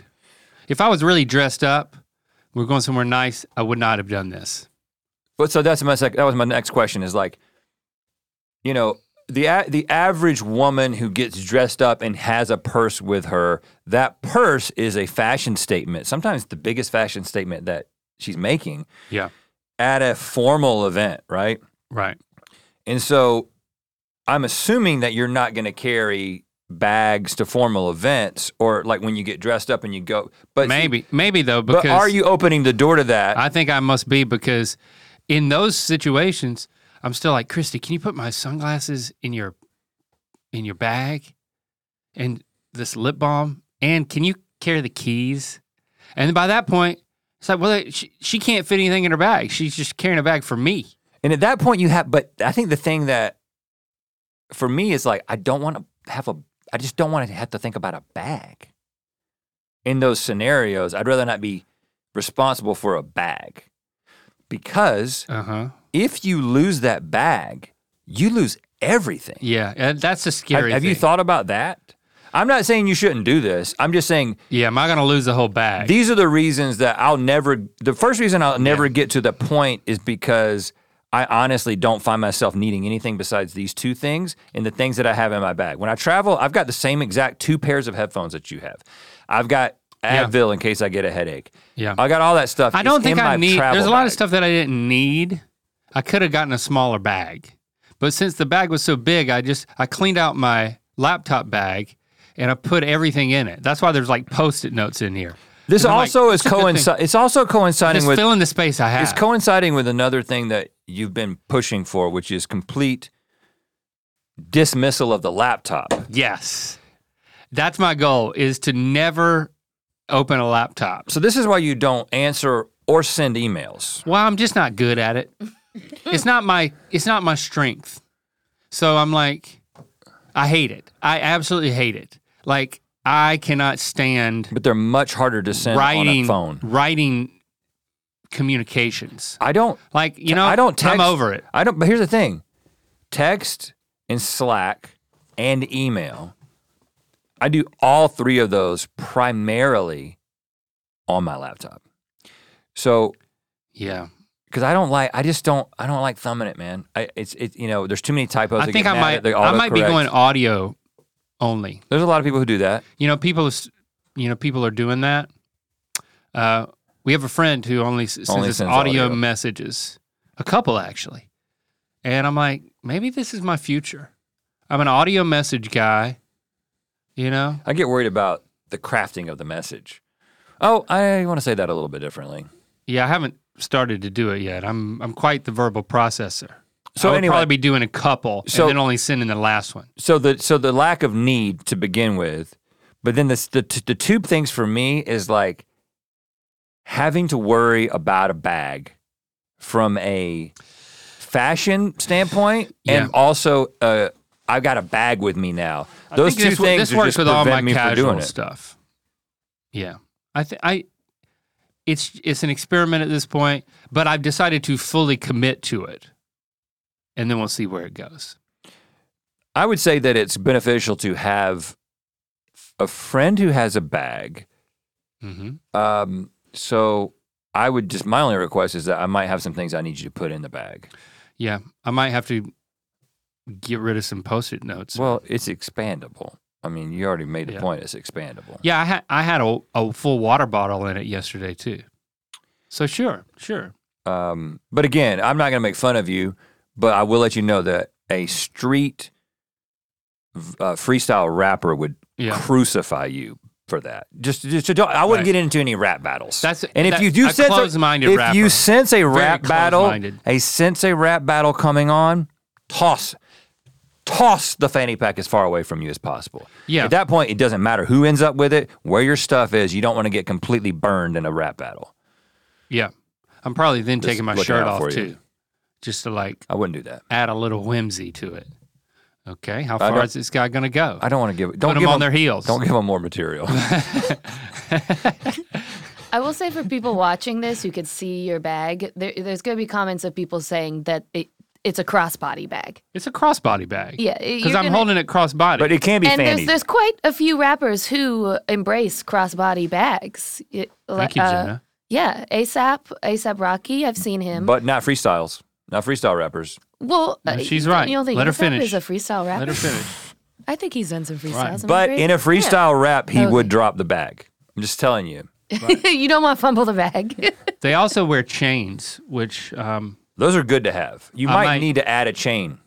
If I was really dressed up, we're going somewhere nice, I would not have done this. but so that's my sec- that was my next question is like, you know, the a- the average woman who gets dressed up and has a purse with her, that purse is a fashion statement. Sometimes the biggest fashion statement that she's making. Yeah. at a formal event, right? Right. And so I'm assuming that you're not going to carry bags to formal events or like when you get dressed up and you go. But maybe, maybe though, because But are you opening the door to that? I think I must be because in those situations, I'm still like, Christy, can you put my sunglasses in your in your bag and this lip balm? And can you carry the keys? And by that point, it's like, well, she, she can't fit anything in her bag. She's just carrying a bag for me. and at that point, you have. But I think the thing that for me is like I don't want to have a. I just don't want to have to think about a bag. In those scenarios, I'd rather not be responsible for a bag because Uh huh. if you lose that bag, you lose everything. Yeah, and that's a Have- scary. Have, you thing. thought about that? I'm not saying you shouldn't do this. I'm just saying Yeah, am I going to lose the whole bag? these are the reasons that I'll never. The first reason I'll never get to the point is because I honestly don't find myself needing anything besides these two things and the things that I have in my bag. When I travel, I've got the same exact two pairs of headphones that you have. I've got Yeah. Advil in case I get a headache. yeah, I got all that stuff. I It's don't think in my I need. travel There's a lot of bag. stuff that I didn't need. I could have gotten a smaller bag, but since the bag was so big, I just I cleaned out my laptop bag and I put everything in it. That's why there's like post-it notes in here. This 'Cause I'm like, also is "Check the thing." coinci- It's also coinciding Just with filling the space I have. It's coinciding with another thing that you've been pushing for, which is complete dismissal of the laptop. yes, that's my goal: is to never open a laptop. So this is why you don't answer or send emails. Well, I'm just not good at it. it's not my it's not my strength. So I'm like I hate it. I absolutely hate it. Like I cannot stand But they're much harder to send on writing a phone. writing communications. I don't Like, you know, I don't text I'm over it. I don't but here's the thing. Text and Slack and email. I do all three of those primarily on my laptop. So Yeah. because I don't like, I just don't, I don't like thumbing it, man. I, it's, it, you know, there's too many typos. I that think get I mad at might the I might be autocorrect. going audio only. There's a lot of people who do that. You know, people s- you know, people are doing that. Uh we have a friend who only s- sends Only us sends audio audio. messages. A couple actually. And I'm like, maybe this is my future. I'm an audio message guy. You know? I get worried about the crafting of the message. Oh, I want to say that a little bit differently. Yeah, I haven't started to do it yet. I'm I'm quite the verbal processor. So I would anyway- probably be doing a couple So- and then only sending the last one. So the, so the lack of need to begin with, but then this, the, the two things for me is like having to worry about a bag from a fashion standpoint Yeah. and also, uh, I've got a bag with me now. Those I think two this, wo- things this are works just with all prevent my me from casual doing it. stuff. Yeah, I th- I it's it's an experiment at this point, but I've decided to fully commit to it, and then we'll see where it goes. I would say that it's beneficial to have a friend who has a bag. Mm-hmm. Um, so I would just my only request is that I might have some things I need you to put in the bag. Yeah, I might have to get rid of some post-it notes. Well, it's expandable. I mean, you already made the Yeah. point. It's expandable. yeah, I had I had a, a full water bottle in it yesterday too. So sure, sure. Um, but again, I'm not going to make fun of you, but I will let you know that a street v- uh, freestyle rapper would Yeah. crucify you for that. Just, just to don't, I wouldn't Right. get into any rap battles. That's- and if that- you do a sense closed-minded if you rapper. sense a rap battle, closed-minded. a sense a rap battle coming on, toss. Toss the fanny pack as far away from you as possible. Yeah. At that point, it doesn't matter who ends up with it, where your stuff is. You don't want to get completely burned in a rap battle. Yeah. I'm probably then Just taking my looking shirt out off for you. too, just to like I wouldn't do that. add a little whimsy to it. Okay. How I far don't- is this guy going to go? I don't want to give. Don't Put give him on them- their heels. Don't give them more material. I will say for people watching this who could see your bag, there, there's going to be comments of people saying that it, it's a crossbody bag. It's a crossbody bag. Yeah, it- Because you're I'm gonna- holding it crossbody. but it can be and fanny. there's there's quite a few rappers who embrace crossbody bags. It- Thank you, uh, Jenna. Yeah, ASAP, ASAP Rocky. I've seen him. but not freestyles. Not freestyle rappers. well, No, uh, she's you right. don't think Let her A$AP Is finish. a freestyle rapper. Let her finish. I think he's done some freestyles. Right. am I But crazy? in a freestyle rap, he Okay. would drop the bag. I'm just telling you. you don't want to fumble the bag. They also wear chains, which um, Those are good to have. You I might, might- need to add a chain.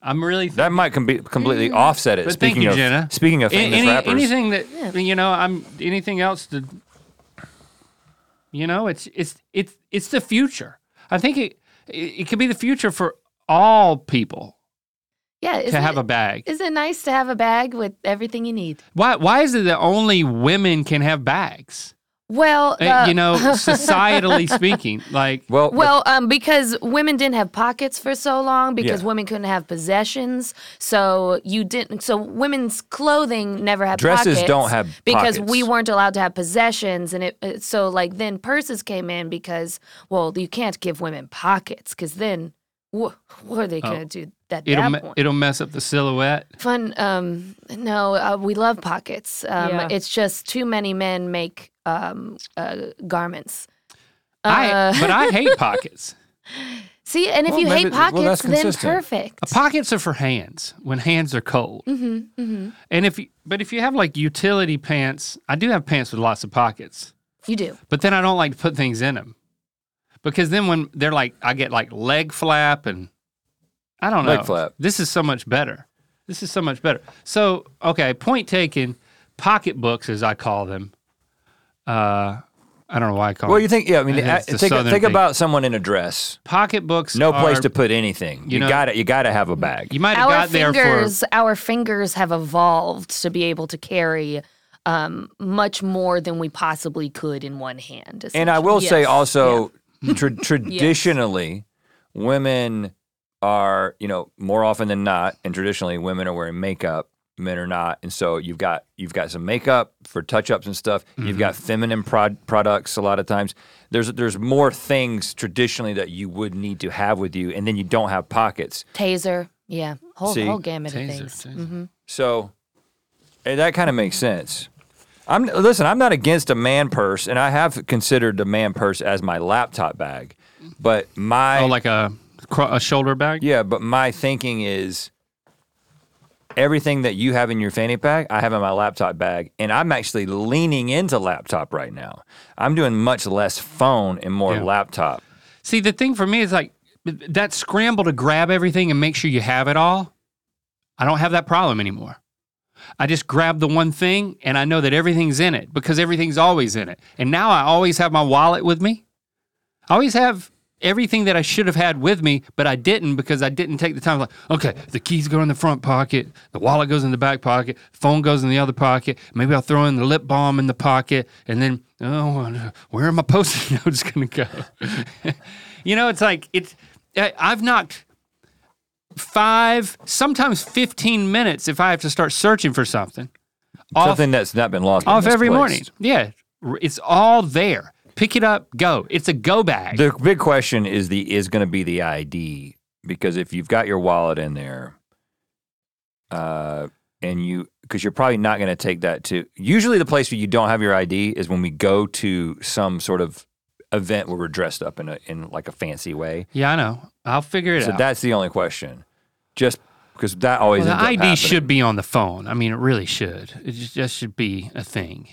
I'm really. That might com- be- completely Mm. offset it. but speaking thank you, of Jenna. speaking of A- famous any- rappers, anything that you know, I'm anything else to. You know, it's it's it's it's the future. I think it it, it could be the future for all people yeah, isn't to have it, a bag. is it nice to have a bag with everything you need? Why why is it that only women can have bags? Well, Eh, uh, you know, societally speaking, like well, Well, um, because women didn't have pockets for so long, because Yeah. women couldn't have possessions, so you didn't. So women's clothing never had Dresses pockets don't have because we pockets. weren't allowed to have possessions, and it. uh, So like then purses came in because well you can't give women pockets because then wha what are they Oh. gonna do at it'll that me- point? it'll mess up the silhouette. Fun. Um, no, uh, we love pockets. Um, Yeah. It's just too many men make um, uh, garments. Uh, I but I hate pockets. See, and if Well, you maybe- hate well, pockets, that's then consistent. perfect. Uh, Pockets are for hands when hands are cold. Mm-hmm, mm-hmm. And if you, but if you have like utility pants, I do have pants with lots of pockets, You do. but then I don't like to put things in them because then when they're like, I get like leg flap and I don't know. Leg flap. This is so much better. This is so much better. So okay, point taken. Pocketbooks, as I call them. Uh, I don't know why I call well, them. you think yeah. I mean, It a- is the think, Southern think thing. about someone in a dress. pocketbooks. No place are- to put anything. you You, know- got to You got to have a bag. You might have Our got there for fingers, our fingers have evolved to be able to carry um, much more than we possibly could in one hand. And I will say Yes. also, tra- traditionally, women are, you know, more often than not, and traditionally women are wearing makeup, men are not. And so you've got you've got some makeup for touch-ups and stuff. You've got feminine prod- products a lot of times. There's there's more things traditionally that you would need to have with you, and then you don't have pockets. taser, yeah, whole See, whole gamut taser, of things. taser. Mhm. So eh, that kind of makes sense. I'm listen. I'm not against a man purse, and I have considered the man purse as my laptop bag. But my oh, like a cro- a shoulder bag. Yeah, but my thinking is everything that you have in your fanny pack, I have in my laptop bag, and I'm actually leaning into laptop right now. I'm doing much less phone and more Yeah. laptop. See, the thing for me is like that scramble to grab everything and make sure you have it all. I don't have that problem anymore. I just grab the one thing and I know that everything's in it because everything's always in it. And now I always have my wallet with me. I always have everything that I should have had with me, but I didn't because I didn't take the time. Like, okay, the keys go in the front pocket, the wallet goes in the back pocket, phone goes in the other pocket. Maybe I'll throw in the lip balm in the pocket, and then oh, where are my post-it notes going to go? you know, it's like it's. I- I've knocked five, sometimes fifteen minutes if I have to start searching for something. Off Something that's not been lost. but off every morning. misplaced. Yeah, R- it's all there. Pick it up, go. It's a go bag. The big question is the is going to be the ID because if you've got your wallet in there, uh, and you because you're probably not going to take that to. Usually, the place where you don't have your ID is when we go to some sort of event where we're dressed up in a in like a fancy way. Yeah, I know. I'll figure it So out. that's the only question. Just because that always well, ends the up ID happening. should be on the phone. I mean, it really should. It just, just should be a thing.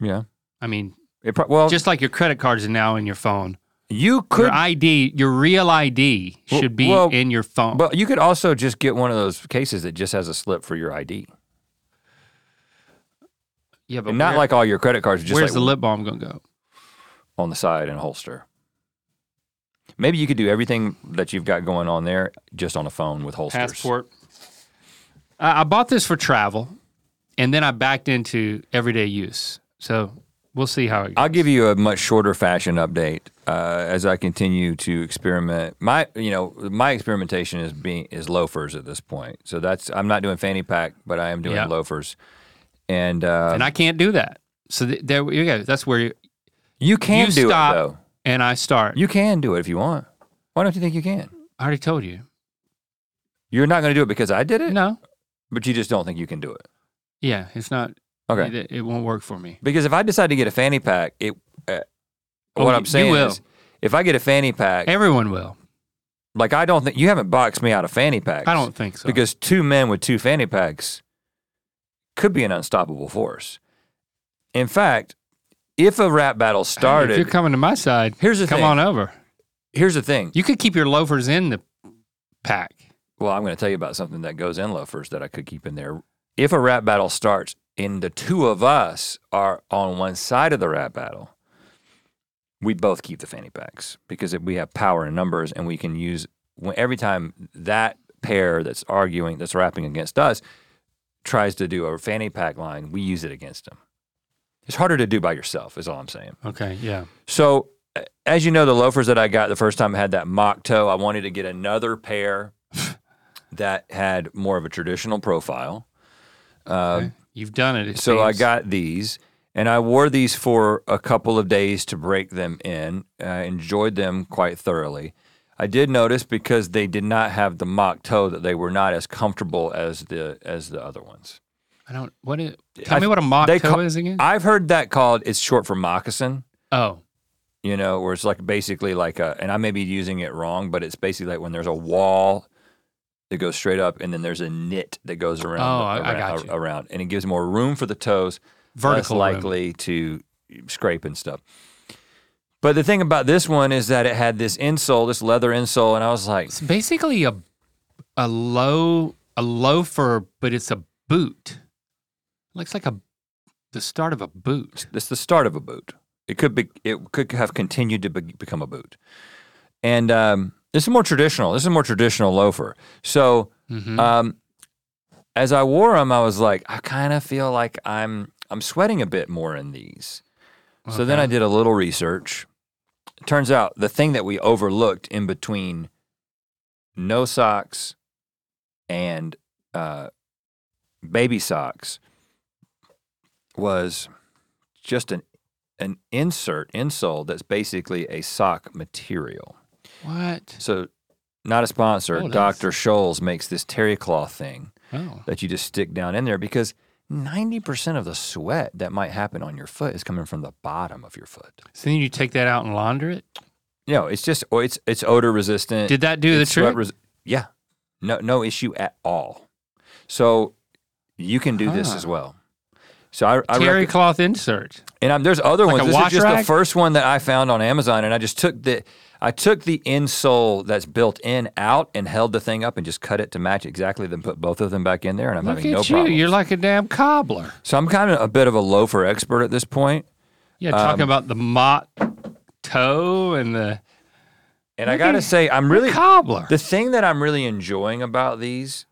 yeah. I mean, It pro- well, just like your credit cards are now in your phone. You could, your ID, your real ID Well, should be well, in your phone. but you could also just get one of those cases that just has a slip for your ID. yeah, but And not where- like all your credit cards, just where's like the lip balm gonna go? on the side in a holster. Maybe you could do everything that you've got going on there just on a phone with holsters. Passport. I, I bought this for travel, and then I backed into everyday use. So we'll see how it goes. I'll give you a much shorter fashion update uh, as I continue to experiment. My, you know, my experimentation is being is loafers at this point. So that's I'm not doing fanny pack, but I am doing Yeah. loafers. And, uh, and I can't do that. So th- there you go. That's where you, you can you do stop it though. and I start. You can do it if you want. Why don't you think you can? I already told you. You're not going to do it because I did it. No. but you just don't think you can do it. Yeah, it's not. Okay. It, it won't work for me. Because if I decide to get a fanny pack, it uh, Oh, what you- I'm you saying will. is if I get a fanny pack, Everyone will. like I don't think you haven't boxed me out of fanny packs. I don't think so. because two men with two fanny packs could be an unstoppable force. In fact, if a rap battle If you're started, coming to my side, Here's the come thing. on over. here's the thing. You could keep your loafers in the pack. Well, I'm going to tell you about something that goes in loafers that I could keep in there. If a rap battle starts and the two of us are on one side of the rap battle, we both keep the fanny packs because if we have power in numbers and we can use when, every time that pair that's arguing, that's rapping against us, tries to do a fanny pack line, we use it against them. It's harder to do by yourself, is all I'm saying. Okay. Yeah. So, uh, as you know, the loafers that I got the first time I had that mock toe. I wanted to get another pair that had more of a traditional profile. Okay. You've done it. it Um, So I seems. got these, and I wore these for a couple of days to break them in. I enjoyed them quite thoroughly. I did notice because they did not have the mock toe that they were not as comfortable as the as the other ones. I don't. What is? Tell I- me what a mock they toe ca- is again. I've heard that called it's short for moccasin. oh, you know, where it's like basically like a, and I may be using it wrong, but it's basically like when there's a wall that goes straight up and then there's a knit that goes around, Oh, I- I around, got you. around, and it gives more room for the toes, vertical. less room. likely to scrape and stuff. But the thing about this one is that it had this insole, this leather insole, and I was like, It's basically a a low a loafer, but it's a boot. Looks like a the start of a boot. It's the start of a boot. It could be. It could have continued to be, become a boot. And um, this is more traditional. This is a more traditional loafer. So, Hmm. Mm-hmm. um, as I wore them, I was like, I kind of feel like I'm I'm sweating a bit more in these. So then I did a little research. It turns out the thing that we overlooked in between no socks and uh, baby socks was just an an insert insole that's basically a sock material. What? So not a sponsor. Oh, nice. Dr. Scholes makes this terry cloth thing Oh, that you just stick down in there because 90% of the sweat that might happen on your foot is coming from the bottom of your foot. so then you take that out and launder it. You know, it's just oh, it's it's odor resistant. Did that do the It's sweat trick? res- yeah. No no issue at all. So you can do this Huh. as well. So I, I Terry recom- cloth insert. And I'm, there's other Like a ones. This wash is just the rag? first one that I found on Amazon, and I just took the I took the insole that's built in out and held the thing up and just cut it to match exactly. Then put both of them back in there, and I'm Look having at no you. problem. You're like a damn cobbler. so I'm kind of a bit of a loafer expert at this point. Yeah, Um, talking about the mock toe and the And I gotta say, I'm really cobbler. the thing that I'm really enjoying about these.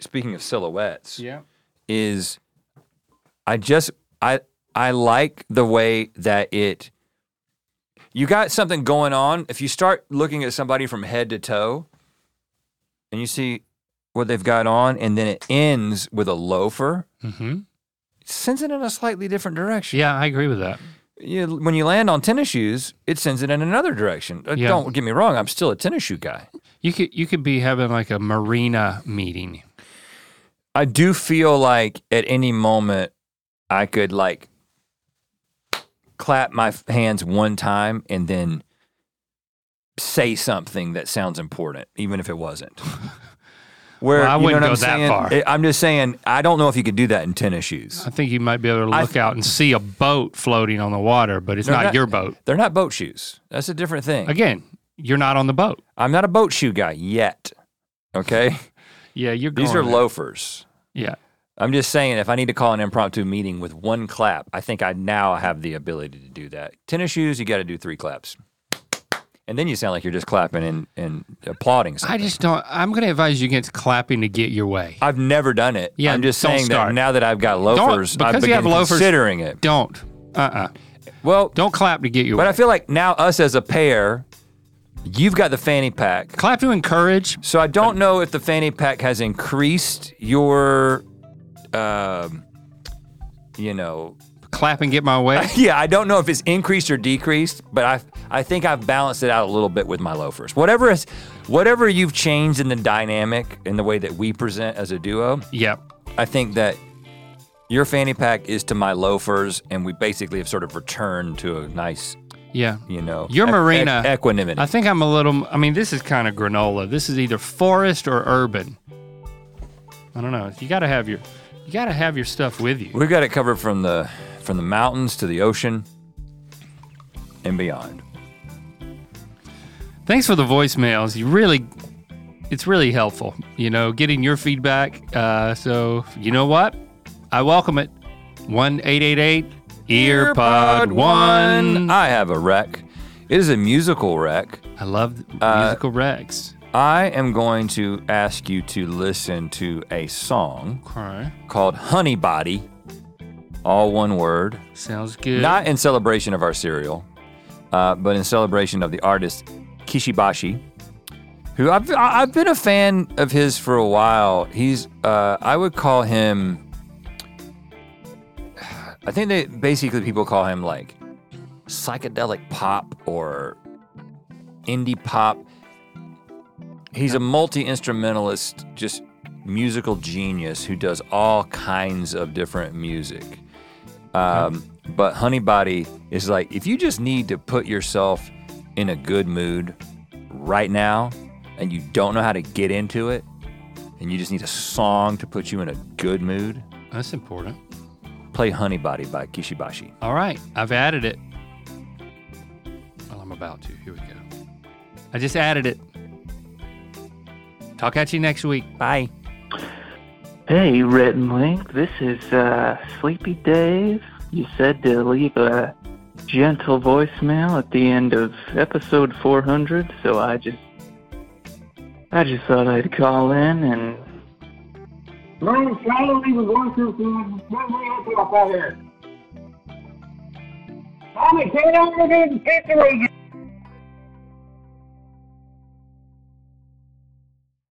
Speaking of silhouettes, yeah. is I just I I like the way that it you got something going on. If you start looking at somebody from head to toe and you see what they've got on and then it ends with a loafer, hmm it sends it in a slightly different direction. Yeah, I agree with that. You, when you land on tennis shoes, it sends it in another direction. Uh, Yeah. Don't get me wrong, I'm still a tennis shoe guy. You could you could be having like a marina meeting. I do feel like at any moment I could like clap my f- hands one time and then say something that sounds important, even if it wasn't. Where Well, I you know wouldn't what go I'm that saying? far. I- I'm just saying I don't know if you could do that in tennis shoes. I think you might be able to I- look out and see a boat floating on the water, but it's They're not, not- your boat. They're not boat shoes. That's a different thing. Again, you're not on the boat. I'm not a boat shoe guy yet. Okay, Yeah, you're. these going are there. loafers. Yeah, I'm just saying, if I need to call an impromptu meeting with one clap, I think I now have the ability to do that. Tennis shoes, you got to do three claps, and then you sound like you're just clapping and, and applauding. Something. I just don't. I'm going to advise you against clapping to get your way. I've never done it. Yeah, I'm just don't saying that start. now that I've got loafers, I've because you been have loafers- considering it. Don't. Uh. uh Well, Don't clap to get your but way. I feel like now us as a pair, you've got the fanny pack. clap to encourage. So I don't know if the fanny pack has increased your, um, you know, Clap and get my way. yeah. I don't know if it's increased or decreased, but I I think I've balanced it out a little bit with my loafers. Whatever is, whatever you've changed in the dynamic in the way that we present as a duo, yep. I think that your fanny pack is to my loafers, and we basically have sort of returned to a nice, Yeah. you know, e-, Your marina- equanimity. I think I'm a little. I mean, this is kind of granola. This is either forest or urban. I don't know. You got to have your. You got to have your stuff with you. We've got it covered from the from the mountains to the ocean and beyond. Thanks for the voicemails. You really, it's really helpful. You know, getting your feedback. Uh, so you know what? I welcome it. One eight eight eight earpod one. I have a wreck. It is a musical wreck. I love musical Rex. I am going to ask you to listen to a song Okay, called Honey Body, all one word. sounds good. Not in celebration of our cereal, uh, but in celebration of the artist Kishibashi, who I've, I- I've been a fan of his for a while. He's, uh, I would call him, I think they basically people call him like psychedelic pop or indie pop. He's a multi instrumentalist, just musical genius who does all kinds of different music. Um, but Honey Body is like if you just need to put yourself in a good mood right now, and you don't know how to get into it, and you just need a song to put you in a good mood. That's important. Play Honey Body by Kishibashi. All right, I've added it. Well, I'm about to. Here we go. I just added it. Talk at you next week. Bye. Hey, Rhett and Link, this is uh, Sleepy Dave. You said to leave a gentle voicemail at the end of episode 400, so I just, I just thought I'd call in and Ryan, finally, we're going to the Sunday Opera Fire. Tommy, get over there and take the radio.